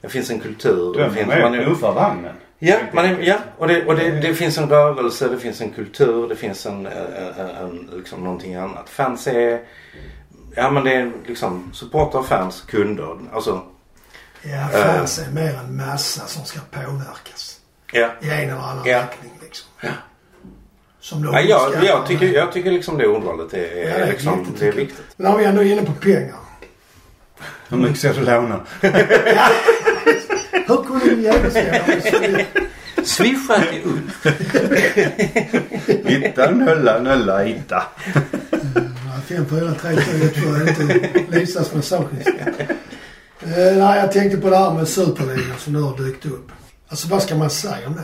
Speaker 2: Det finns en kultur.
Speaker 4: Du är med
Speaker 2: Det
Speaker 4: Mm.
Speaker 2: finns,
Speaker 4: man
Speaker 2: man är,
Speaker 4: knuffar vagnen.
Speaker 2: ja, man är, ja, och, det, och det, det finns en rörelse, det finns en kultur, det finns en, en, en liksom någonting annat. Fans är... Ja men det är liksom supportrar, fans, kunder. Alltså,
Speaker 1: Ja, fans är mer en massa som ska påverkas.
Speaker 2: Ja.
Speaker 1: i en eller annan
Speaker 2: Ja.
Speaker 1: riktning. Liksom. Som då
Speaker 2: Ja, jag,
Speaker 1: uppskattar-
Speaker 2: jag, tycker, jag tycker liksom det underhållet är,
Speaker 1: Ja,
Speaker 2: är, liksom,
Speaker 1: viktigt,
Speaker 2: det är
Speaker 1: tycker jag.
Speaker 2: viktigt.
Speaker 1: Men när vi ändå är inne på pengar.
Speaker 5: Hur mycket ska du låna?
Speaker 1: Hur kunde du jävla säga
Speaker 2: Swisha till Ulf.
Speaker 5: Hitta, nölla, nölla, hitta.
Speaker 1: 5, 4, 3, 2, 1, 2. Inte Lisas massageinstruktör. Eh, nej, jag tänkte på det här med superligan som nu har dykt upp. Alltså vad ska man säga om det?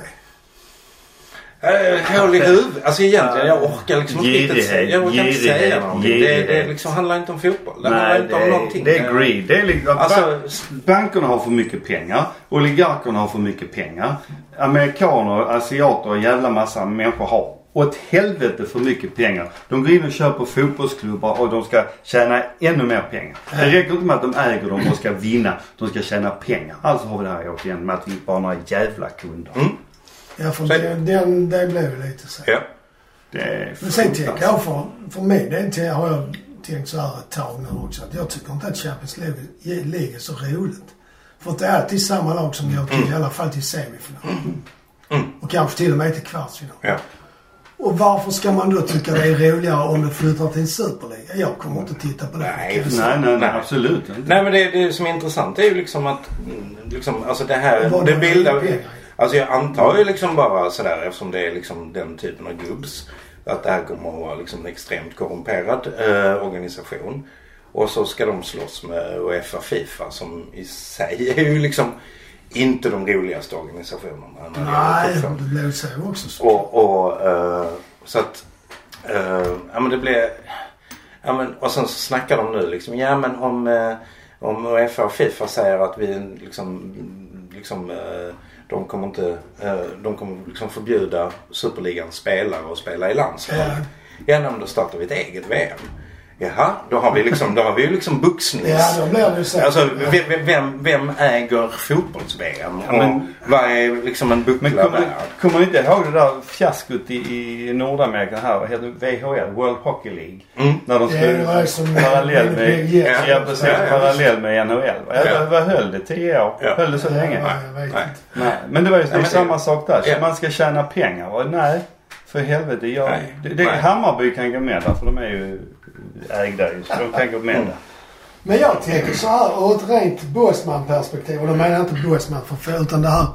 Speaker 2: Äh, hål i huvudet. Alltså egentligen, jag orkar liksom inte riktigt
Speaker 5: Girighet,
Speaker 2: säga. Jag orkar inte säga
Speaker 5: girighet,
Speaker 2: någonting. Det, det
Speaker 5: girighet.
Speaker 2: liksom handlar inte om fotboll. Det handlar
Speaker 5: Nej,
Speaker 2: inte
Speaker 5: det
Speaker 2: om någonting.
Speaker 5: är, det är greed. Det är liksom,
Speaker 2: Alltså,
Speaker 3: Bankerna har för mycket pengar. Oligarkerna har för mycket pengar. Amerikaner, asiater och jävla massa människor har åt helvete för mycket pengar. De går in och köper fotbollsklubbar och de ska tjäna ännu mer pengar. Det räcker inte med att de äger dem och ska vinna. De ska tjäna pengar. Alltså har vi det här återigen med att vi bara har några jävla kunder.
Speaker 1: Ja, för
Speaker 2: Säg.
Speaker 1: det, den, det blev ju lite så.
Speaker 2: ja.
Speaker 3: Det är
Speaker 1: Men sen
Speaker 3: fruktansvärt.
Speaker 1: tänker jag för, för mig, det är- har jag tänkt så här ett tag nu också, att jag tycker inte att Champions League League är så roligt. För att det är alltid samma lag som går
Speaker 2: Mm.
Speaker 1: till, i alla fall till semifinal. Mm. Och kanske till och med till kvartsfinal.
Speaker 2: ja.
Speaker 1: Och varför ska man då tycka det är roligare om det flyttar till en superliga? Jag kommer inte titta på det.
Speaker 2: Nej,
Speaker 1: Kan jag säga.
Speaker 3: Nej, nej, nej.
Speaker 2: Nej.
Speaker 3: Absolut
Speaker 1: Mm.
Speaker 3: inte.
Speaker 2: Nej men det, det som är intressant är ju liksom att mm, liksom, alltså det här,
Speaker 1: Vad
Speaker 2: det
Speaker 1: det
Speaker 2: bildar
Speaker 1: är.
Speaker 2: Alltså jag antar ju liksom bara sådär eftersom det är liksom den typen av gubbs. Att det här kommer att vara liksom en extremt korrumperad eh, organisation. Och så ska de slåss med Uefa Fifa som i sig är ju liksom inte de roligaste organisationerna. när det gäller
Speaker 1: Nej,
Speaker 2: fotboll.
Speaker 1: det blev så också. Så.
Speaker 2: Och, och eh, så att, eh, ja men det blev, ja men och sen så snackar de nu liksom, ja men om, eh, om Uefa och Fifa säger att vi liksom, liksom eh, de kommer inte, eh, de kommer liksom förbjuda Superligans spelare att spela i landslaget.
Speaker 1: Ja.
Speaker 2: Ja nej, men då startar vi ett eget VM. Jaha, då har vi liksom, då har vi ju liksom boxnings...
Speaker 1: Ja, då blir det ju så.
Speaker 2: Alltså vem, vem, vem äger fotbolls-VM?
Speaker 3: Ja, men-
Speaker 2: och vad är liksom en buckla
Speaker 3: Men kommer
Speaker 2: värd?
Speaker 3: du, kommer du inte ihåg det där fiaskot i, i Nordamerika här? Vad heter det? VHL? World Hockey League.
Speaker 2: Mm.
Speaker 3: När de
Speaker 1: Det
Speaker 3: skulle
Speaker 1: är ju som-
Speaker 3: parallell med,
Speaker 1: Ja,
Speaker 3: ja,
Speaker 2: ja,
Speaker 3: precis,
Speaker 2: ja, ja.
Speaker 3: parallell med NHL. va? Ja,
Speaker 2: Ja.
Speaker 3: Vad höll det? 10 år?
Speaker 2: Ja.
Speaker 3: Höll det så länge?
Speaker 1: Ja, jag vet
Speaker 2: Nej.
Speaker 1: inte.
Speaker 3: Nej. Men det var ju det är
Speaker 2: men det-
Speaker 3: samma sak där. Så
Speaker 2: Ja.
Speaker 3: Man ska tjäna pengar. Och nej, för helvete. Jag,
Speaker 2: Nej.
Speaker 3: Det, det,
Speaker 2: Nej.
Speaker 3: Hammarby kan gå med där för de är ju ägda ju. Så de kan gå med där.
Speaker 1: Men jag tänker så här ur ett rent Bosman-perspektiv. Och då menar jag inte Bosman för utan det här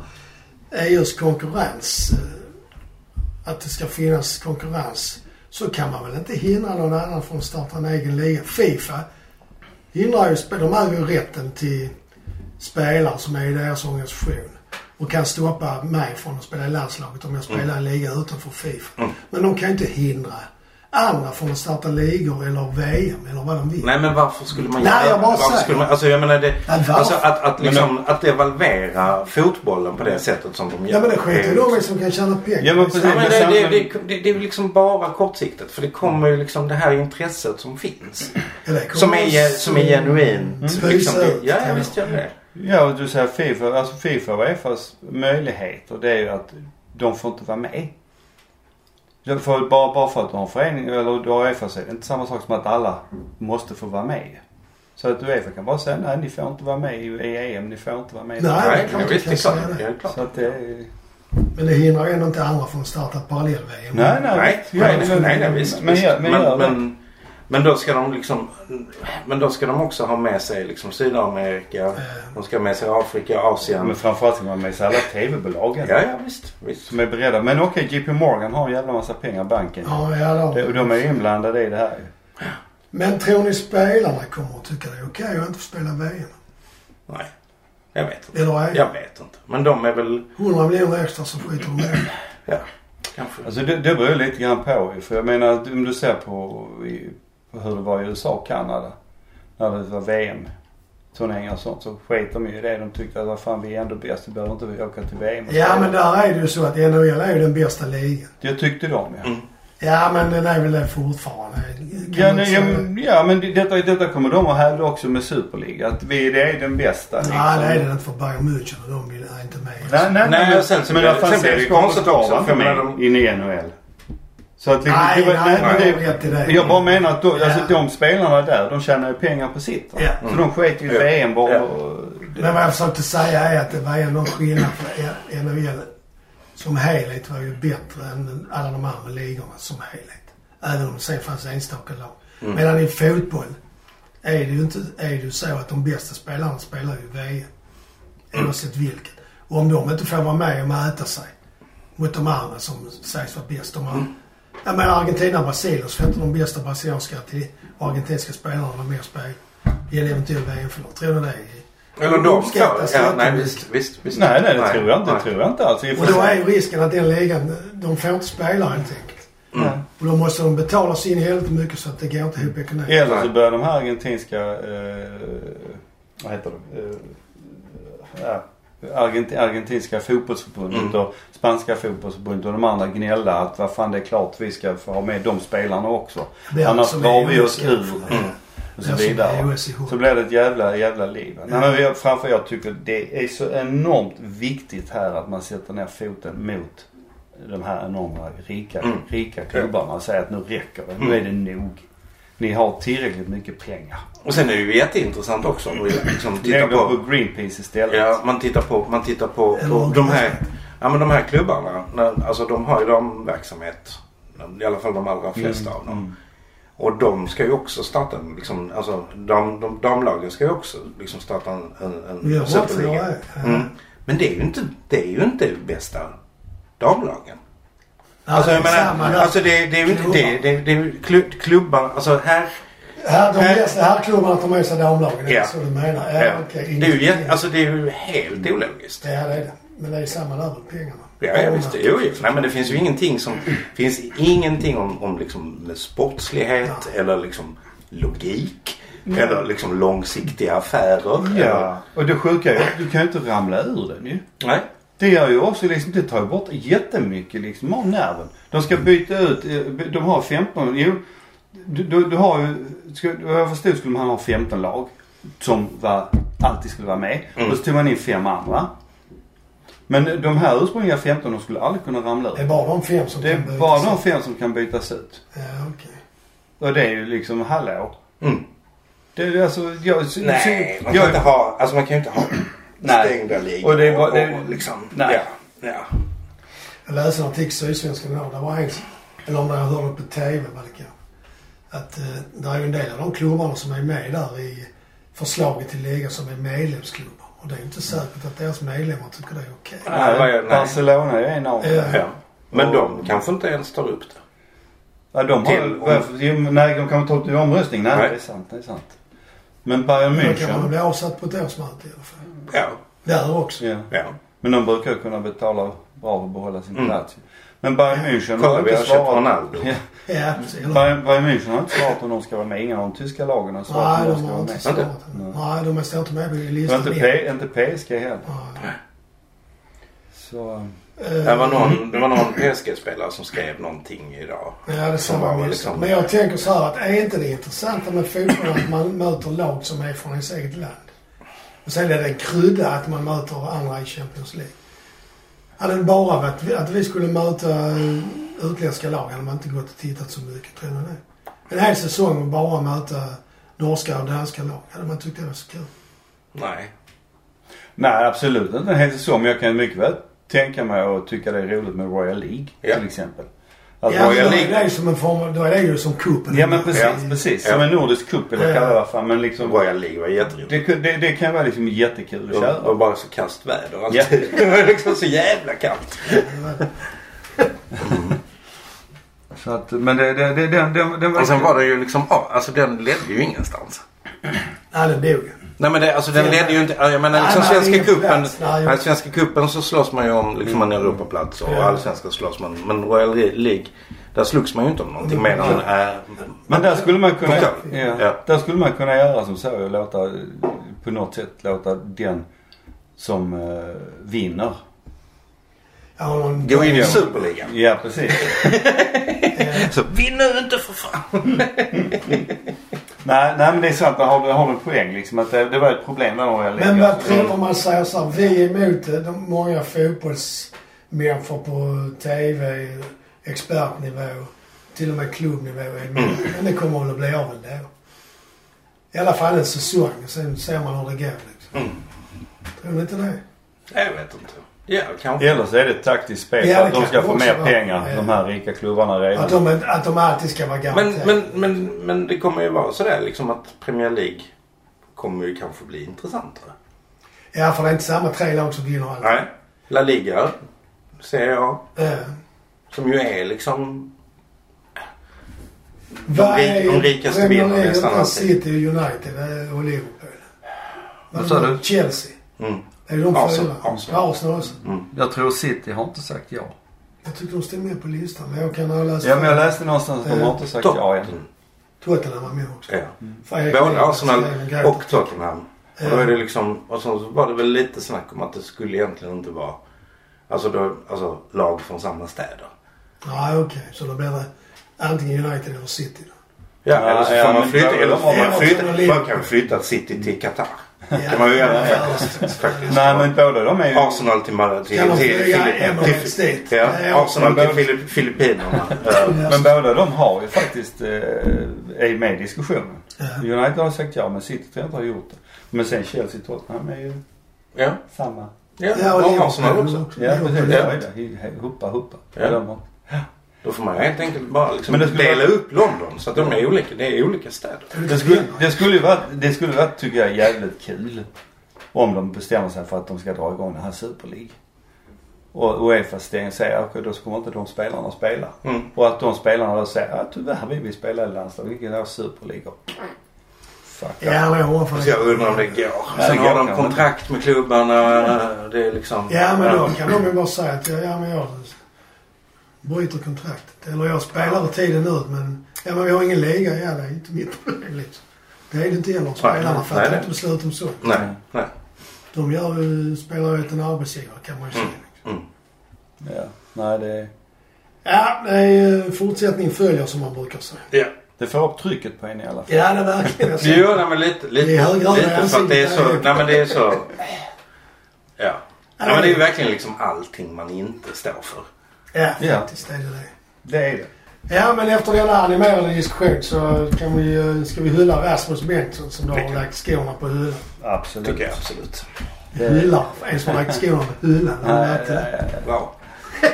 Speaker 1: EUs konkurrens. eh, Att det ska finnas konkurrens. Så kan man väl inte hindra någon annan från att starta en egen liga. Fifa hindrar ju, spe- de äger ju rätten till spelare som är i deras organisation. Och kan stoppa mig från att spela i landslaget om jag spelar i en liga utanför Fifa. Men de kan ju inte hindra andra från att starta ligor eller VM eller vad de vill.
Speaker 2: Nej men varför skulle man
Speaker 1: Nej,
Speaker 2: göra
Speaker 1: jag
Speaker 2: det?
Speaker 1: bara
Speaker 2: varför
Speaker 1: säger.
Speaker 2: skulle man, alltså jag menar det,
Speaker 1: Men varför?
Speaker 2: alltså att, att, liksom, att devalvera fotbollen på det sättet som de gör.
Speaker 1: Mm. Ja men det skiter ju
Speaker 2: är- liksom-
Speaker 1: de i som kan tjäna pengar.
Speaker 3: Ja, men precis.
Speaker 2: Ja, men det,
Speaker 3: Men
Speaker 2: det,
Speaker 3: sen-
Speaker 2: det, det, det är liksom bara kortsiktigt för det kommer ju liksom det här intresset som finns.
Speaker 1: Eller kommer
Speaker 2: Som är,
Speaker 1: de-
Speaker 2: som är genuint.
Speaker 1: Mm.
Speaker 2: Liksom,
Speaker 1: Spisa ut.
Speaker 2: ja, ja visst gör det.
Speaker 3: Ja, och du säger Fifa. Alltså Fifa och Uefas möjligheter det är ju att de får inte vara med. De får, bara, bara för att du har en förening eller du har Uefa så är det inte samma sak som att alla måste få vara med. Så att Uefa kan bara säga nej ni får inte vara med i i EM, ni får inte vara med. i det här."
Speaker 1: Nej,
Speaker 2: Nej,
Speaker 1: klart
Speaker 2: ja,
Speaker 1: jag
Speaker 2: visst,
Speaker 1: kan
Speaker 2: det är klart.
Speaker 1: säga det.
Speaker 2: Ja, det är klart.
Speaker 3: Så att det är...
Speaker 1: Men det hindrar ju ändå inte andra från att starta ett parallell-VM.
Speaker 3: Nej, nej.
Speaker 2: Nej,
Speaker 3: Ja,
Speaker 2: nej, nej,
Speaker 3: men-
Speaker 2: nej, nej visst.
Speaker 3: Men,
Speaker 2: visst.
Speaker 3: gör- men, gör
Speaker 2: men,
Speaker 3: det.
Speaker 2: men, men då ska de liksom... Men då ska de också ha med sig liksom Sydamerika. De ska ha med sig Afrika, Asien.
Speaker 3: men framförallt ska man med sig alla TV-bolagen
Speaker 2: Ja, ja visst. visst.
Speaker 3: som är beredda. Men okej, JP Morgan har en jävla massa pengar, banken.
Speaker 1: Ja, ja
Speaker 3: Det-
Speaker 1: då.
Speaker 3: Och de är inblandade i det här ju.
Speaker 1: Men tror ni spelarna kommer att tycka det är okej att inte få spela VM?
Speaker 2: Nej, jag vet inte.
Speaker 1: Eller är
Speaker 2: Jag vet inte. Men de är väl...
Speaker 1: 100 miljoner extra så skiter de i det.
Speaker 2: Ja, kanske.
Speaker 3: Alltså det, det beror ju lite grann på ju. För jag menar att om du ser på, i, på hur det var i USA och Kanada. När det var VM-turneringar och sånt så sket de ju i det. De tyckte att vad fan vi är ändå bäst. Vi behöver inte åka till VM. och
Speaker 1: Ja,
Speaker 3: spela."
Speaker 1: men där är det ju så att NHL är ju den bästa ligan.
Speaker 3: Det tyckte de ja.
Speaker 1: Ja, men den är väl det fortfarande. Kan
Speaker 3: Ja,
Speaker 1: man inte
Speaker 3: nej, ja,
Speaker 1: säga det?
Speaker 3: men- ja men det- detta, detta kommer de att hävda också med Superliga. Att vi det är den bästa. liksom.
Speaker 1: Nej, det är den inte för Bayern München och de vill är inte med.
Speaker 3: Nej, nej,
Speaker 2: Nej,
Speaker 3: men,
Speaker 2: och sen så
Speaker 3: men
Speaker 2: blir det-
Speaker 3: vad fan,
Speaker 2: sen blir det ju konstigt
Speaker 3: ska
Speaker 2: också,
Speaker 3: vara
Speaker 2: för jag
Speaker 3: med
Speaker 2: menar de-
Speaker 3: in i NHL. Så att liksom,
Speaker 1: Nej,
Speaker 3: det var-
Speaker 1: nej,
Speaker 3: nej, men
Speaker 1: nej,
Speaker 3: det-
Speaker 1: jag vet det.
Speaker 3: Jag bara menar att då, alltså,
Speaker 1: Ja.
Speaker 3: de spelarna där, de tjänar ju pengar på sitt. va?
Speaker 1: Ja.
Speaker 3: Så de sket ju i
Speaker 2: Ja.
Speaker 3: VM bara.
Speaker 2: Ja.
Speaker 3: och-
Speaker 1: Men vad jag försökte säga är att det var ändå någon skillnad för NHL som helhet var ju bättre än alla de andra ligorna som helhet. Även om det sen fanns enstaka lag. Medan i fotboll är det ju inte är det ju så att de bästa spelarna spelar ju VM. Oavsett vilket. Och om de inte får vara med och mäta sig mot de andra som sägs vara bäst. De andra. Jag menar Argentina och Brasilien så får inte de bästa brasilianska till och argentinska spelarna vara med och spela i en eventuell VM-final. Tror du det? är-
Speaker 2: Eller de får.
Speaker 1: uppskattas
Speaker 2: Ja,
Speaker 1: inte.
Speaker 2: nej, visst, visst, visst.
Speaker 3: Nej, nej, det tror jag inte. Det tror jag inte alls. I och
Speaker 1: Och
Speaker 3: för
Speaker 1: då är
Speaker 3: sig.
Speaker 1: ju risken att den ligan, de får inte spela helt enkelt.
Speaker 3: Nej.
Speaker 1: Och då måste de betala sig in i helvete mycket så att det går inte ihop ekonomiskt.
Speaker 3: Eller så börjar de här argentinska... Eh, vad heter de? Eh, ja, Argent, argentinska fotbollsförbundet
Speaker 2: Mm.
Speaker 3: och spanska fotbollsförbundet och de andra gnälla att vad fan det är klart vi ska få ha med de spelarna också.
Speaker 1: Det är
Speaker 3: Annars
Speaker 1: som
Speaker 3: drar
Speaker 1: är
Speaker 3: vi oss
Speaker 1: OS
Speaker 3: ur
Speaker 1: ihop.
Speaker 2: Mm.
Speaker 3: och
Speaker 1: Det
Speaker 3: så
Speaker 1: är som
Speaker 3: vidare.
Speaker 1: är OS ihop.
Speaker 3: Så blir det ett jävla, jävla liv. Nej, men jag, framför jag tycker det är så enormt viktigt här att man sätter ner foten mot de här enorma rika,
Speaker 2: Mm.
Speaker 3: rika klubbarna och säger att nu räcker det. Nu är det nog. Ni har tillräckligt mycket pengar.
Speaker 2: Och sen är det ju jätteintressant också om vi liksom tittar
Speaker 3: Lägg dem
Speaker 2: på...
Speaker 3: på Greenpeace istället.
Speaker 2: Ja, man tittar på, man tittar på, på
Speaker 1: Eller-
Speaker 2: de här... Ja, men de här klubbarna. när- Alltså de har ju ramverksamhet. I alla fall de
Speaker 1: Mm.
Speaker 2: allra flesta av dem. Och de ska ju också starta en, liksom, alltså dam, de, damlagen ska ju också liksom starta en, en,
Speaker 1: Vi gör
Speaker 2: en
Speaker 1: också
Speaker 2: superliga.
Speaker 1: det, ja.
Speaker 2: Mm. Men det är ju inte, det är ju inte bästa damlagen.
Speaker 1: Nej,
Speaker 2: alltså jag
Speaker 1: det är
Speaker 2: menar,
Speaker 1: samma där.
Speaker 2: alltså det, det är ju inte det, det, det är ju klu- klubbar, alltså här,
Speaker 1: Här, de
Speaker 2: här-
Speaker 1: bästa herrklubbarna tar med sig damlagen. Det är
Speaker 2: Ja.
Speaker 1: så du menar? Ja,
Speaker 2: ja,
Speaker 1: okej. Mm.
Speaker 2: det är ju,
Speaker 1: Ingenting.
Speaker 2: jä- alltså det är ju helt ologiskt.
Speaker 1: Ja, det är det. Men det är samma där med pengarna.
Speaker 2: Ja, ja visst. Jo, jo. Nej, men det finns ju ingenting som... finns ingenting om, om liksom sportslighet eller liksom logik. Eller liksom långsiktiga affärer. Eller,
Speaker 3: Ja. Och det sjuka är ju att du kan ju inte ramla ur den ju.
Speaker 2: nej.
Speaker 3: Det gör ju också liksom, det tar ju bort jättemycket liksom av nerven. De ska byta ut, eh, de har 15, jo. Du, du, du har ju, ska, vad jag förstod skulle man ha 15 lag. Som var, alltid skulle vara med.
Speaker 2: Mm.
Speaker 3: Och så tog man in fem andra. Men de här ursprungliga 15 de skulle aldrig kunna ramla
Speaker 1: Det är
Speaker 3: ur.
Speaker 1: bara de fem som
Speaker 3: Det
Speaker 1: kan
Speaker 3: är
Speaker 1: bytas
Speaker 3: bara
Speaker 1: ut.
Speaker 3: de fem som kan bytas ut.
Speaker 1: Ja, okej.
Speaker 3: Och det är ju liksom, hallå.
Speaker 2: Mm.
Speaker 3: Det är ju alltså, jag... så-
Speaker 2: Nej,
Speaker 3: så-
Speaker 2: man kan,
Speaker 3: jag-
Speaker 2: inte ha, alltså man kan ju inte ha
Speaker 3: Nej.
Speaker 2: stängda ligor.
Speaker 3: Och det var- det-
Speaker 2: och liksom,
Speaker 3: nej.
Speaker 2: Ja, ja.
Speaker 1: Jag läste en artikel i Sydsvenskan idag. Det var en, eller om jag hörde på TV var det kan. Att eh, det är ju en del av de klubbarna som är med där i förslaget till liga som är medlemsklubbar. Och det är ju inte säkert att deras medlemmar tycker det är okej.
Speaker 2: Nej, vad gör- nej.
Speaker 3: Barcelona är en av dem.
Speaker 1: Ja.
Speaker 2: ja. Men
Speaker 3: Och-
Speaker 2: de kanske inte ens tar upp det.
Speaker 3: Ja, de har,
Speaker 2: Till-
Speaker 3: varför, jo, men nej, de kan inte ta upp det i omröstning. Nej,
Speaker 2: Nej.
Speaker 3: det är sant. Det är sant. Men Bayern
Speaker 1: Men Då kan man
Speaker 3: München.
Speaker 1: bli avsatt på ett årsmöte i alla fall.
Speaker 2: Ja,
Speaker 1: Där också.
Speaker 3: Ja.
Speaker 2: ja.
Speaker 3: Men de brukar ju kunna betala bra och behålla sin plats. Men Bayern München
Speaker 2: Mm. Kolla,
Speaker 3: har
Speaker 2: vi har
Speaker 3: inte
Speaker 2: köpt
Speaker 3: svarat.
Speaker 2: Ronaldo.
Speaker 3: Ja,
Speaker 1: Ja, precis. Eller,
Speaker 3: Bayern Bayern München har inte svarat om de ska vara med. Ingen av de tyska lagen har svarat
Speaker 1: nej, de
Speaker 3: om de ska
Speaker 1: har
Speaker 3: vara
Speaker 1: inte
Speaker 3: med.
Speaker 1: svarat.
Speaker 3: Nej.
Speaker 1: Nej, de står inte med på
Speaker 3: Och
Speaker 1: listan.
Speaker 3: inte, P, inte PSG heller.
Speaker 1: Nej.
Speaker 3: Så,
Speaker 1: Eh,
Speaker 2: Det var någon, det var någon PSG-spelare som skrev någonting idag.
Speaker 1: Ja, det ser
Speaker 2: Som var
Speaker 1: man
Speaker 2: liksom-
Speaker 1: liksom. Men jag tänker så här att är inte det intressanta med fotboll att man möter lag som är från ens eget land? Och sen är det en krydda att man möter andra i Champions League. Hade det bara varit vi- att vi skulle möta eh, utländska lag hade man inte gått och tittat så mycket, tror jag det. En hel säsong och bara möta norska och danska lag. Hade man tyckt det var så kul.
Speaker 2: Nej.
Speaker 3: nej, absolut inte en hel säsong. Men jag kan mycket väl tänka mig och tycka det är roligt med Royal League
Speaker 2: Ja.
Speaker 3: till exempel. Att
Speaker 1: Ja,
Speaker 3: Royal
Speaker 1: men då
Speaker 3: League
Speaker 1: är det ju som en form, då är det ju som cupen.
Speaker 3: Ja men precis,
Speaker 2: Ja.
Speaker 3: precis.
Speaker 2: Ja.
Speaker 3: Som en nordisk cup eller vad
Speaker 1: Ja.
Speaker 3: kallar det för. Men
Speaker 2: Så
Speaker 3: liksom,
Speaker 2: Royal League var jätteroligt.
Speaker 3: det, kun- det, det kan vara liksom jättekul att
Speaker 2: Det var
Speaker 3: köra.
Speaker 2: bara så kasst väder
Speaker 3: Ja.
Speaker 2: alltid. [LAUGHS] Det var liksom så jävla kallt.
Speaker 3: Så att, men det, det, det, den, den, den var...
Speaker 2: Och sen var det ju liksom, ja, alltså den ledde ju ingenstans.
Speaker 1: Nej, det dog ju.
Speaker 2: Nej men det, alltså den ledde ju inte, jag menar
Speaker 1: Nej,
Speaker 2: liksom
Speaker 1: nej,
Speaker 2: Svenska
Speaker 1: ingen
Speaker 2: cupen,
Speaker 1: plats. Nej,
Speaker 2: nej,
Speaker 1: jo.
Speaker 2: Svenska cupen så slåss man ju om liksom en Europaplats och
Speaker 1: Ja.
Speaker 2: allsvenskan slåss man. Men Royal League, där slogs man ju inte om någonting mer än, äh,
Speaker 3: Men där skulle man kunna...
Speaker 2: Pokal.
Speaker 3: Ja,
Speaker 2: Ja.
Speaker 3: där skulle man kunna göra som så och låta... På något sätt låta den som eh, vinner.
Speaker 1: Ja, men-
Speaker 2: gå in i Superligan.
Speaker 3: Ja precis.
Speaker 2: Så vinn nu inte för fan.
Speaker 3: [LAUGHS] nej, nej men det är sant. Där har, du- har du en poäng liksom. Att det, det var ett problem där Royal League.
Speaker 1: Men vad
Speaker 3: alltså.
Speaker 1: tror du om man säger så här, vi är emot det. de många fotbollsmänniskor på TV, expertnivå, till och med klubbnivå är emot.
Speaker 2: Mm.
Speaker 1: Men det kommer väl att bli av ändå. I alla fall en
Speaker 2: Mm.
Speaker 1: säsong, sen ser man hur det går liksom. Tror du inte det?
Speaker 2: Nej, Jag vet inte. Ja, kanske.
Speaker 3: Eller så är det ett taktiskt spel
Speaker 1: Ja,
Speaker 3: för
Speaker 1: det
Speaker 3: att de ska
Speaker 1: kan
Speaker 3: få
Speaker 1: också
Speaker 3: mer
Speaker 1: vara.
Speaker 3: pengar.
Speaker 1: Ja.
Speaker 3: De här rika klubbarna redan.
Speaker 1: Att de, att de alltid ska vara
Speaker 2: Men,
Speaker 1: garanterade.
Speaker 2: men, men, men det kommer ju vara sådär liksom att Premier League kommer ju kanske bli intressantare.
Speaker 1: Ja, för det är inte samma tre lag som vinner allt.
Speaker 2: Nej. La Liga, Serie A,
Speaker 1: Eh,
Speaker 2: som ju är liksom...
Speaker 1: vad
Speaker 2: rik- de
Speaker 1: är
Speaker 2: rikaste
Speaker 1: Premier
Speaker 2: vinner
Speaker 1: League
Speaker 2: nästan
Speaker 1: utan
Speaker 2: alltid.
Speaker 1: City, United eh, och Liverpool?
Speaker 3: Vad sa du?
Speaker 1: Chelsea.
Speaker 2: Mm.
Speaker 1: Det är ju de
Speaker 2: Arsenal.
Speaker 1: fyra.
Speaker 2: Arsenal.
Speaker 1: Arsenal också.
Speaker 2: Mm.
Speaker 3: Jag tror City har inte sagt ja.
Speaker 1: Jag tyckte de stod med på listan, men jag kan ha läst
Speaker 3: Ja men jag läste någonstans att de har inte sagt
Speaker 2: Eh,
Speaker 3: ja än.
Speaker 2: Tottenham.
Speaker 1: Tottenham var med också.
Speaker 2: Ja.
Speaker 1: För Erik
Speaker 2: Både
Speaker 1: Lindberg,
Speaker 2: Arsenal
Speaker 1: så är Mm. det en grej.
Speaker 2: och Tottenham. Och då
Speaker 1: Ja.
Speaker 2: är det liksom, och sen så var det väl lite snack om att det skulle egentligen inte vara alltså, då, alltså lag från samma städer.
Speaker 1: Ja, okej. Så då blir det antingen United eller City då.
Speaker 2: Ja,
Speaker 3: Ja,
Speaker 2: eller så
Speaker 3: ja,
Speaker 2: får man
Speaker 3: men
Speaker 2: flytta,
Speaker 3: då-
Speaker 2: eller
Speaker 3: då
Speaker 2: får
Speaker 1: har
Speaker 2: man
Speaker 1: man-
Speaker 2: flytta, man kan flytta City till Qatar. [LAUGHS] Det var ju gärna
Speaker 1: alltså.
Speaker 2: faktiskt. faktiskt.
Speaker 3: Nej men båda de är ju...
Speaker 2: Arsenal till Mar- till-
Speaker 1: Kan de
Speaker 2: till
Speaker 1: flyga
Speaker 2: Filip-
Speaker 1: Emirates
Speaker 2: till-
Speaker 1: dit?
Speaker 2: ja,
Speaker 1: Nej,
Speaker 2: Arsenal till Filip- Filippinerna. Eh,
Speaker 3: Men båda de har ju faktiskt, eh, är med i diskussionen.
Speaker 1: Ja.
Speaker 3: United har sagt ja men City tror jag inte har gjort det. Men sen Chelsea Tottenham är ju
Speaker 2: Ja,
Speaker 3: samma.
Speaker 2: ja,
Speaker 1: Ja, och
Speaker 2: och
Speaker 1: Liverpool
Speaker 2: Arsenal också.
Speaker 3: Ja
Speaker 1: Liverpool
Speaker 3: precis,
Speaker 1: också.
Speaker 3: ja. ja. Huppa huppa.
Speaker 2: Ja.
Speaker 3: De har-
Speaker 2: Då får man helt enkelt bara liksom
Speaker 3: Men det skulle
Speaker 2: dela
Speaker 3: vara-
Speaker 2: upp London så att de är olika. Det är olika städer.
Speaker 3: Det skulle, det skulle ju varit, det skulle varit tycker jag jävligt kul. Om de bestämmer sig för att de ska dra igång den här Super League. Och Uefa stänger säger okej då kommer inte de spelarna att spela.
Speaker 2: Mm.
Speaker 3: Och att de spelarna då säger ja tyvärr vi vill spela i landslaget. Vilken är Super League? Och- Fuck
Speaker 1: Ja,
Speaker 3: ja.
Speaker 1: han är ovanför
Speaker 2: Så
Speaker 1: det.
Speaker 2: jag undrar om det går.
Speaker 3: Ja,
Speaker 2: Sen
Speaker 3: det
Speaker 2: har
Speaker 3: går
Speaker 2: de
Speaker 3: kanske.
Speaker 2: kontrakt med klubbarna. Det är liksom...
Speaker 1: Ja, men då kan de ju bara säga att ja, ja, men jag bryter kontraktet. Eller jag spelar tiden ut men, ja men vi har ingen liga. Ja, det är inte mitt problem liksom. Det är det inte heller. Spelarna
Speaker 2: nej,
Speaker 1: fattar
Speaker 2: nej.
Speaker 1: inte beslut om sånt.
Speaker 2: Nej, nej.
Speaker 1: De gör, ju- spelar ju åt en arbetsgivare kan man ju säga.
Speaker 2: Mm.
Speaker 3: ja. Nej det,
Speaker 1: Ja, det är ju fortsättning följer som man brukar säga.
Speaker 2: Ja.
Speaker 3: det får upp trycket på en i alla fall.
Speaker 1: Ja, det är verkligen
Speaker 3: [LAUGHS]
Speaker 2: Vi gör det men lite, lite,
Speaker 1: Det är högre
Speaker 2: lite
Speaker 1: än
Speaker 2: för att det är så...
Speaker 1: ansiktet.
Speaker 2: Nej men det är så... Ja. Nej, men det är ju verkligen liksom allting man inte står för.
Speaker 1: Ja,
Speaker 3: Ja.
Speaker 1: faktiskt det är det det.
Speaker 3: Det är det.
Speaker 1: Ja, men efter denna animerade diskussion så kan vi, ju- ska vi hylla Rasmus Bengtsson som då har lagt skorna på hyllan.
Speaker 3: Absolut.
Speaker 2: Tycker jag absolut.
Speaker 3: Det-
Speaker 1: Hyllan? En som har lagt skorna på hyllan. Han
Speaker 3: Nej,
Speaker 1: lät
Speaker 3: nej,
Speaker 1: det.
Speaker 3: nej.
Speaker 2: Bra.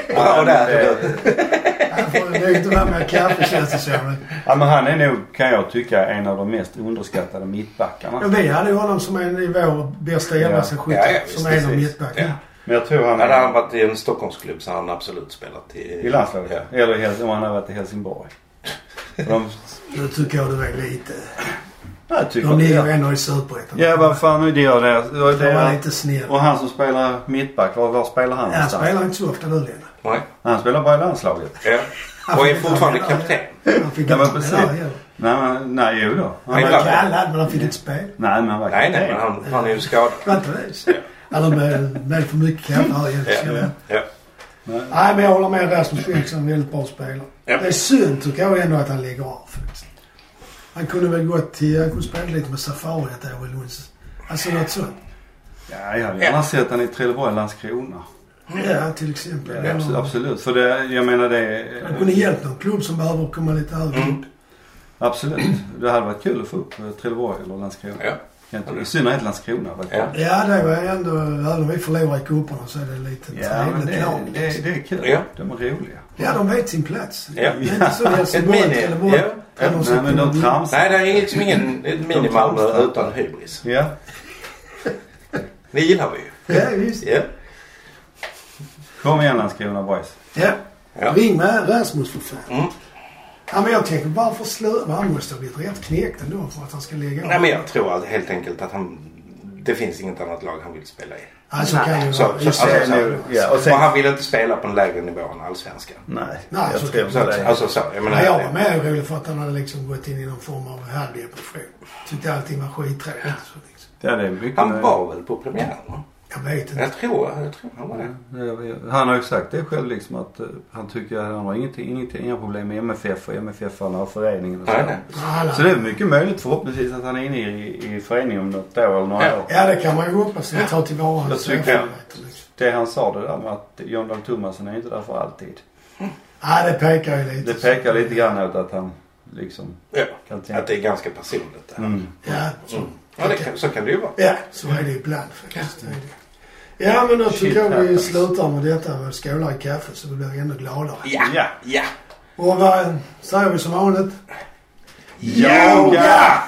Speaker 2: Bra där.
Speaker 3: det-
Speaker 1: Han får inte vara med kaffe känns det som.
Speaker 3: Ja, men han är nog kan jag tycka en av de mest underskattade mittbackarna.
Speaker 1: Men vi hade ju honom som en i vår bästa elva sen
Speaker 3: Ja.
Speaker 1: 70
Speaker 2: Ja, ja, visst,
Speaker 1: Som en av
Speaker 3: precis.
Speaker 1: mittbackarna.
Speaker 3: Men jag tror han...
Speaker 2: Hade han varit i en Stockholmsklubb så hade han absolut spelat i...
Speaker 3: I landslaget?
Speaker 2: Ja.
Speaker 3: Eller i Hels- om han har varit i Helsingborg? De,
Speaker 1: Nu tycker jag du är lite...
Speaker 3: jag tycker
Speaker 1: De ligger
Speaker 3: inte
Speaker 1: ju
Speaker 3: det.
Speaker 1: ändå i superettan.
Speaker 3: Ja, vad fan nu det gör det. det. var
Speaker 1: De var
Speaker 3: det.
Speaker 1: lite snäll.
Speaker 3: Och han som spelar mittback, var, var spelar han
Speaker 1: Han
Speaker 3: någonstans?
Speaker 1: spelar inte så ofta nu längre.
Speaker 2: Nej.
Speaker 3: Han spelar bara i landslaget.
Speaker 2: Ja. Och är fortfarande kapten.
Speaker 1: Han fick
Speaker 3: Ja, men
Speaker 1: inte
Speaker 3: precis.
Speaker 1: spela heller.
Speaker 3: Nej, men, nej jo då. Han
Speaker 2: Nej,
Speaker 1: Han
Speaker 3: var,
Speaker 1: var kallad men han fick inte spela.
Speaker 3: nej, men han var
Speaker 2: Nej, nej,
Speaker 3: kapten.
Speaker 2: men han, han är ju skadad.
Speaker 1: Det var inte det. så. Alla med, med för mycket kaffe här egentligen.
Speaker 2: Ja. Ja.
Speaker 1: Nej, men jag håller med Rasmus Bengtsson. en Väldigt bra spelare.
Speaker 2: Ja.
Speaker 1: Det är synd tycker jag ändå att han lägger av faktiskt. Han kunde väl gått till... Han kunde spela lite med Safari ett år i Lunds. Alltså något sånt.
Speaker 3: Ja, jag hade gärna sett han i Trelleborg, Landskrona.
Speaker 1: Ja, till exempel.
Speaker 3: Ja, abs-
Speaker 1: Eller-
Speaker 3: absolut. För det, jag menar det...
Speaker 1: Han kunde hjälpt någon klubb som behöver komma lite högre
Speaker 3: Mm.
Speaker 1: upp.
Speaker 3: Absolut. Det hade varit kul att få upp eh, Trelleborg eller Landskrona.
Speaker 2: Ja.
Speaker 3: Egentligen. I synnerhet Landskrona. var det
Speaker 2: Ja.
Speaker 3: kul.
Speaker 1: Ja, det var ändå... Även om vi förlorar i cuperna så är det lite
Speaker 3: ja men det,
Speaker 1: trevligt lag. liksom.
Speaker 3: det, det är kul.
Speaker 2: Ja.
Speaker 3: De är roliga.
Speaker 1: Ja, de vet sin plats.
Speaker 2: Ja.
Speaker 1: Det är inte så Helsingborg,
Speaker 2: Ett mini,
Speaker 1: Trelleborg.
Speaker 2: ja.
Speaker 1: där de ska
Speaker 3: Nej, men
Speaker 1: kunna
Speaker 3: de
Speaker 1: vinna.
Speaker 3: tramsar.
Speaker 2: Nej, det är liksom ingen ett mini-Malmö utan hybris.
Speaker 3: Ja.
Speaker 2: Det gillar vi ju.
Speaker 1: Ja, visst.
Speaker 2: Ja.
Speaker 3: Kom igen Landskrona boys.
Speaker 1: Ja.
Speaker 2: Ja.
Speaker 1: Ring med Rasmus för fan.
Speaker 2: Mm.
Speaker 1: Ja, men jag tänker varför sluta? Han måste ha blivit rätt knekt ändå för att han ska lägga av.
Speaker 2: Nej, men jag tror att, helt enkelt att han... Det finns inget annat lag han vill spela i.
Speaker 1: Alltså kan ju
Speaker 2: Så, så,
Speaker 1: vara. just
Speaker 2: alltså,
Speaker 1: det.
Speaker 2: så,
Speaker 3: ja,
Speaker 2: och,
Speaker 3: och sen-
Speaker 2: han vill inte spela på en lägre nivå än allsvenskan.
Speaker 3: Nej.
Speaker 1: Nej, så kan
Speaker 2: Så,
Speaker 3: inte
Speaker 2: att-
Speaker 3: det.
Speaker 2: alltså så. Jag menar,
Speaker 1: Nej, jag var mer orolig för att han hade liksom gått in i någon form av halvdepression. Tyckte allting var skittråkigt. så Liksom.
Speaker 3: Ja, det är mycket
Speaker 2: han var väl på premiären? va?
Speaker 1: Jag vet inte.
Speaker 2: Jag tror, jag tror han var det.
Speaker 3: Ja, ja. Han har ju sagt det själv liksom att eh, han tycker att han har ingenting, ingenting, inga problem med MFF och MFF han har föreningen och så.
Speaker 2: Nej, nej.
Speaker 1: Alla.
Speaker 3: Så det är mycket möjligt förhoppningsvis att han är inne i, i föreningen om något år eller några
Speaker 2: Ja.
Speaker 3: år.
Speaker 1: Ja, det kan man ju hoppas. Att ta tillvara
Speaker 3: Jag
Speaker 1: hans
Speaker 3: tycker-
Speaker 1: erfarenheter. Liksom.
Speaker 3: Det han sa det där med att John Dahl Tomasen är inte där för alltid.
Speaker 1: Nej, det pekar ju lite.
Speaker 3: Det pekar lite grann åt att han liksom kan
Speaker 2: Ja, att
Speaker 3: tänka.
Speaker 2: det är ganska personligt det här.
Speaker 3: Mm.
Speaker 1: Ja, så,
Speaker 2: Ja, det kan, så kan det ju vara.
Speaker 1: ja, så är det ibland faktiskt. Det är det. Ja, men då tycker jag vi
Speaker 3: happens.
Speaker 1: slutar med detta med skålar i kaffe så vi blir ännu gladare. eh,
Speaker 2: Ja! Ja!
Speaker 1: Och vad säger vi som vanligt?
Speaker 2: Yoga!